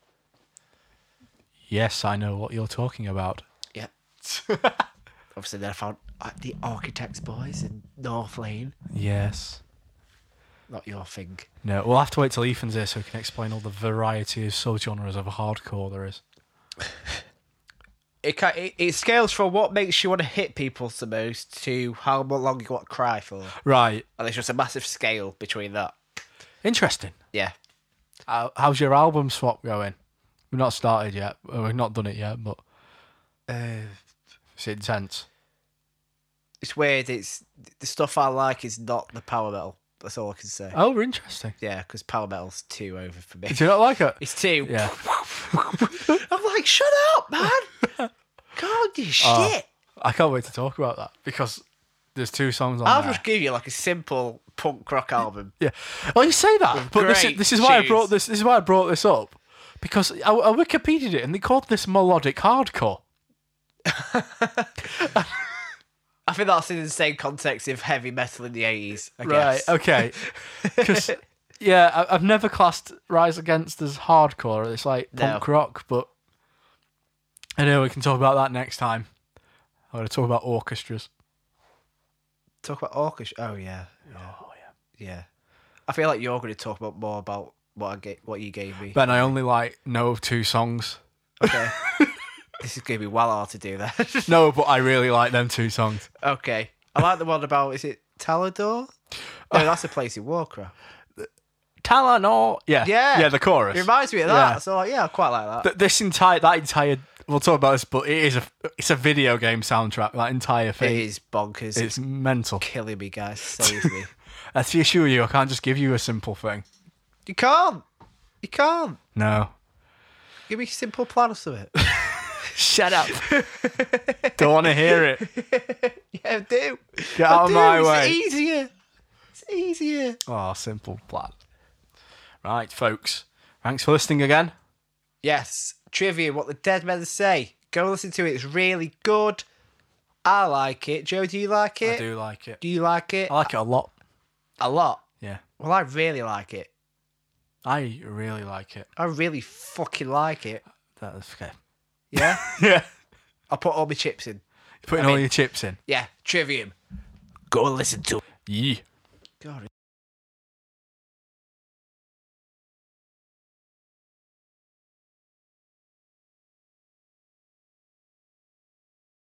Speaker 1: Yes, I know what you're talking about.
Speaker 2: Yeah. Obviously, then I found uh, the Architects Boys in North Lane.
Speaker 1: Yes.
Speaker 2: Not your thing.
Speaker 1: No, we'll have to wait till Ethan's here so he can explain all the variety of subgenres of hardcore there is.
Speaker 2: It, ca it it scales from what makes you want to hit people the most to how mu- long you want to cry for.
Speaker 1: Right.
Speaker 2: And there's just a massive scale between that.
Speaker 1: Interesting.
Speaker 2: Yeah.
Speaker 1: How- How's your album swap going? We've not started yet. Uh, We've not done it yet, but
Speaker 2: Uh,
Speaker 1: it's intense.
Speaker 2: it's weird. It's the stuff I like is not the power metal. That's all I can say.
Speaker 1: Oh, we're interesting.
Speaker 2: Yeah, because power metal's too over for me.
Speaker 1: Do you not like it?
Speaker 2: It's two.
Speaker 1: Yeah.
Speaker 2: I'm like, shut up, man. God, you shit.
Speaker 1: Oh, I can't wait to talk about that because there's two songs on
Speaker 2: I'll
Speaker 1: there.
Speaker 2: just give you like a simple punk rock album.
Speaker 1: Yeah. Well, you say that, but this is,
Speaker 2: great
Speaker 1: this is why I
Speaker 2: tunes.
Speaker 1: brought this. This is why I brought this up because I, I Wikipedia'd it and they called this melodic hardcore.
Speaker 2: I think that's in the same context of heavy metal in the 80s, I guess.
Speaker 1: Right. Okay. 'Cause, yeah, I, I've never classed Rise Against as hardcore. It's like
Speaker 2: No.
Speaker 1: punk rock, but I know we can talk about that next time. I'm going to talk about orchestras.
Speaker 2: Talk about orchestra. Oh, yeah.
Speaker 1: Oh yeah.
Speaker 2: Yeah. I feel like you're going to talk about more about what I get, what you gave me.
Speaker 1: Ben, I only like know two songs.
Speaker 2: Okay. this is going to be well hard to do that.
Speaker 1: No, but I really like them two songs.
Speaker 2: okay. I like the one about, is it Talador? No,
Speaker 1: Uh,
Speaker 2: that's a place in Warcraft.
Speaker 1: Talanor. Yeah.
Speaker 2: Yeah.
Speaker 1: Yeah. The chorus.
Speaker 2: It reminds me of that.
Speaker 1: Yeah.
Speaker 2: So, like, yeah, I quite like that.
Speaker 1: Th- this entire that entire we'll talk about this, but it is a it's a video game soundtrack. That entire
Speaker 2: it
Speaker 1: thing.
Speaker 2: is bonkers.
Speaker 1: It's mental.
Speaker 2: killing me, guys. Save me.
Speaker 1: I assure you, I can't just give you a simple thing.
Speaker 2: you can't. You can't.
Speaker 1: No.
Speaker 2: Give me a simple plan or something.
Speaker 1: Shut up. Don't want to hear it.
Speaker 2: yeah, I do.
Speaker 1: Get
Speaker 2: I
Speaker 1: out of
Speaker 2: do.
Speaker 1: my
Speaker 2: it's
Speaker 1: way.
Speaker 2: easier. It's easier.
Speaker 1: Oh, simple plan. Right, folks. Thanks for listening again.
Speaker 2: Yes, Trivium, what the dead men say. Go listen to it. It's really good. I like it. Joe, do you like it?
Speaker 1: I do like it.
Speaker 2: Do you like it?
Speaker 1: I like it a lot.
Speaker 2: a lot.
Speaker 1: Yeah.
Speaker 2: Well, I really like it.
Speaker 1: I really like it.
Speaker 2: I really fucking like it.
Speaker 1: That is okay.
Speaker 2: Yeah?
Speaker 1: Yeah.
Speaker 2: I put all my chips in.
Speaker 1: Putting all your chips in.
Speaker 2: Yeah, Trivium. Go listen to it.
Speaker 1: Yeah.
Speaker 2: God,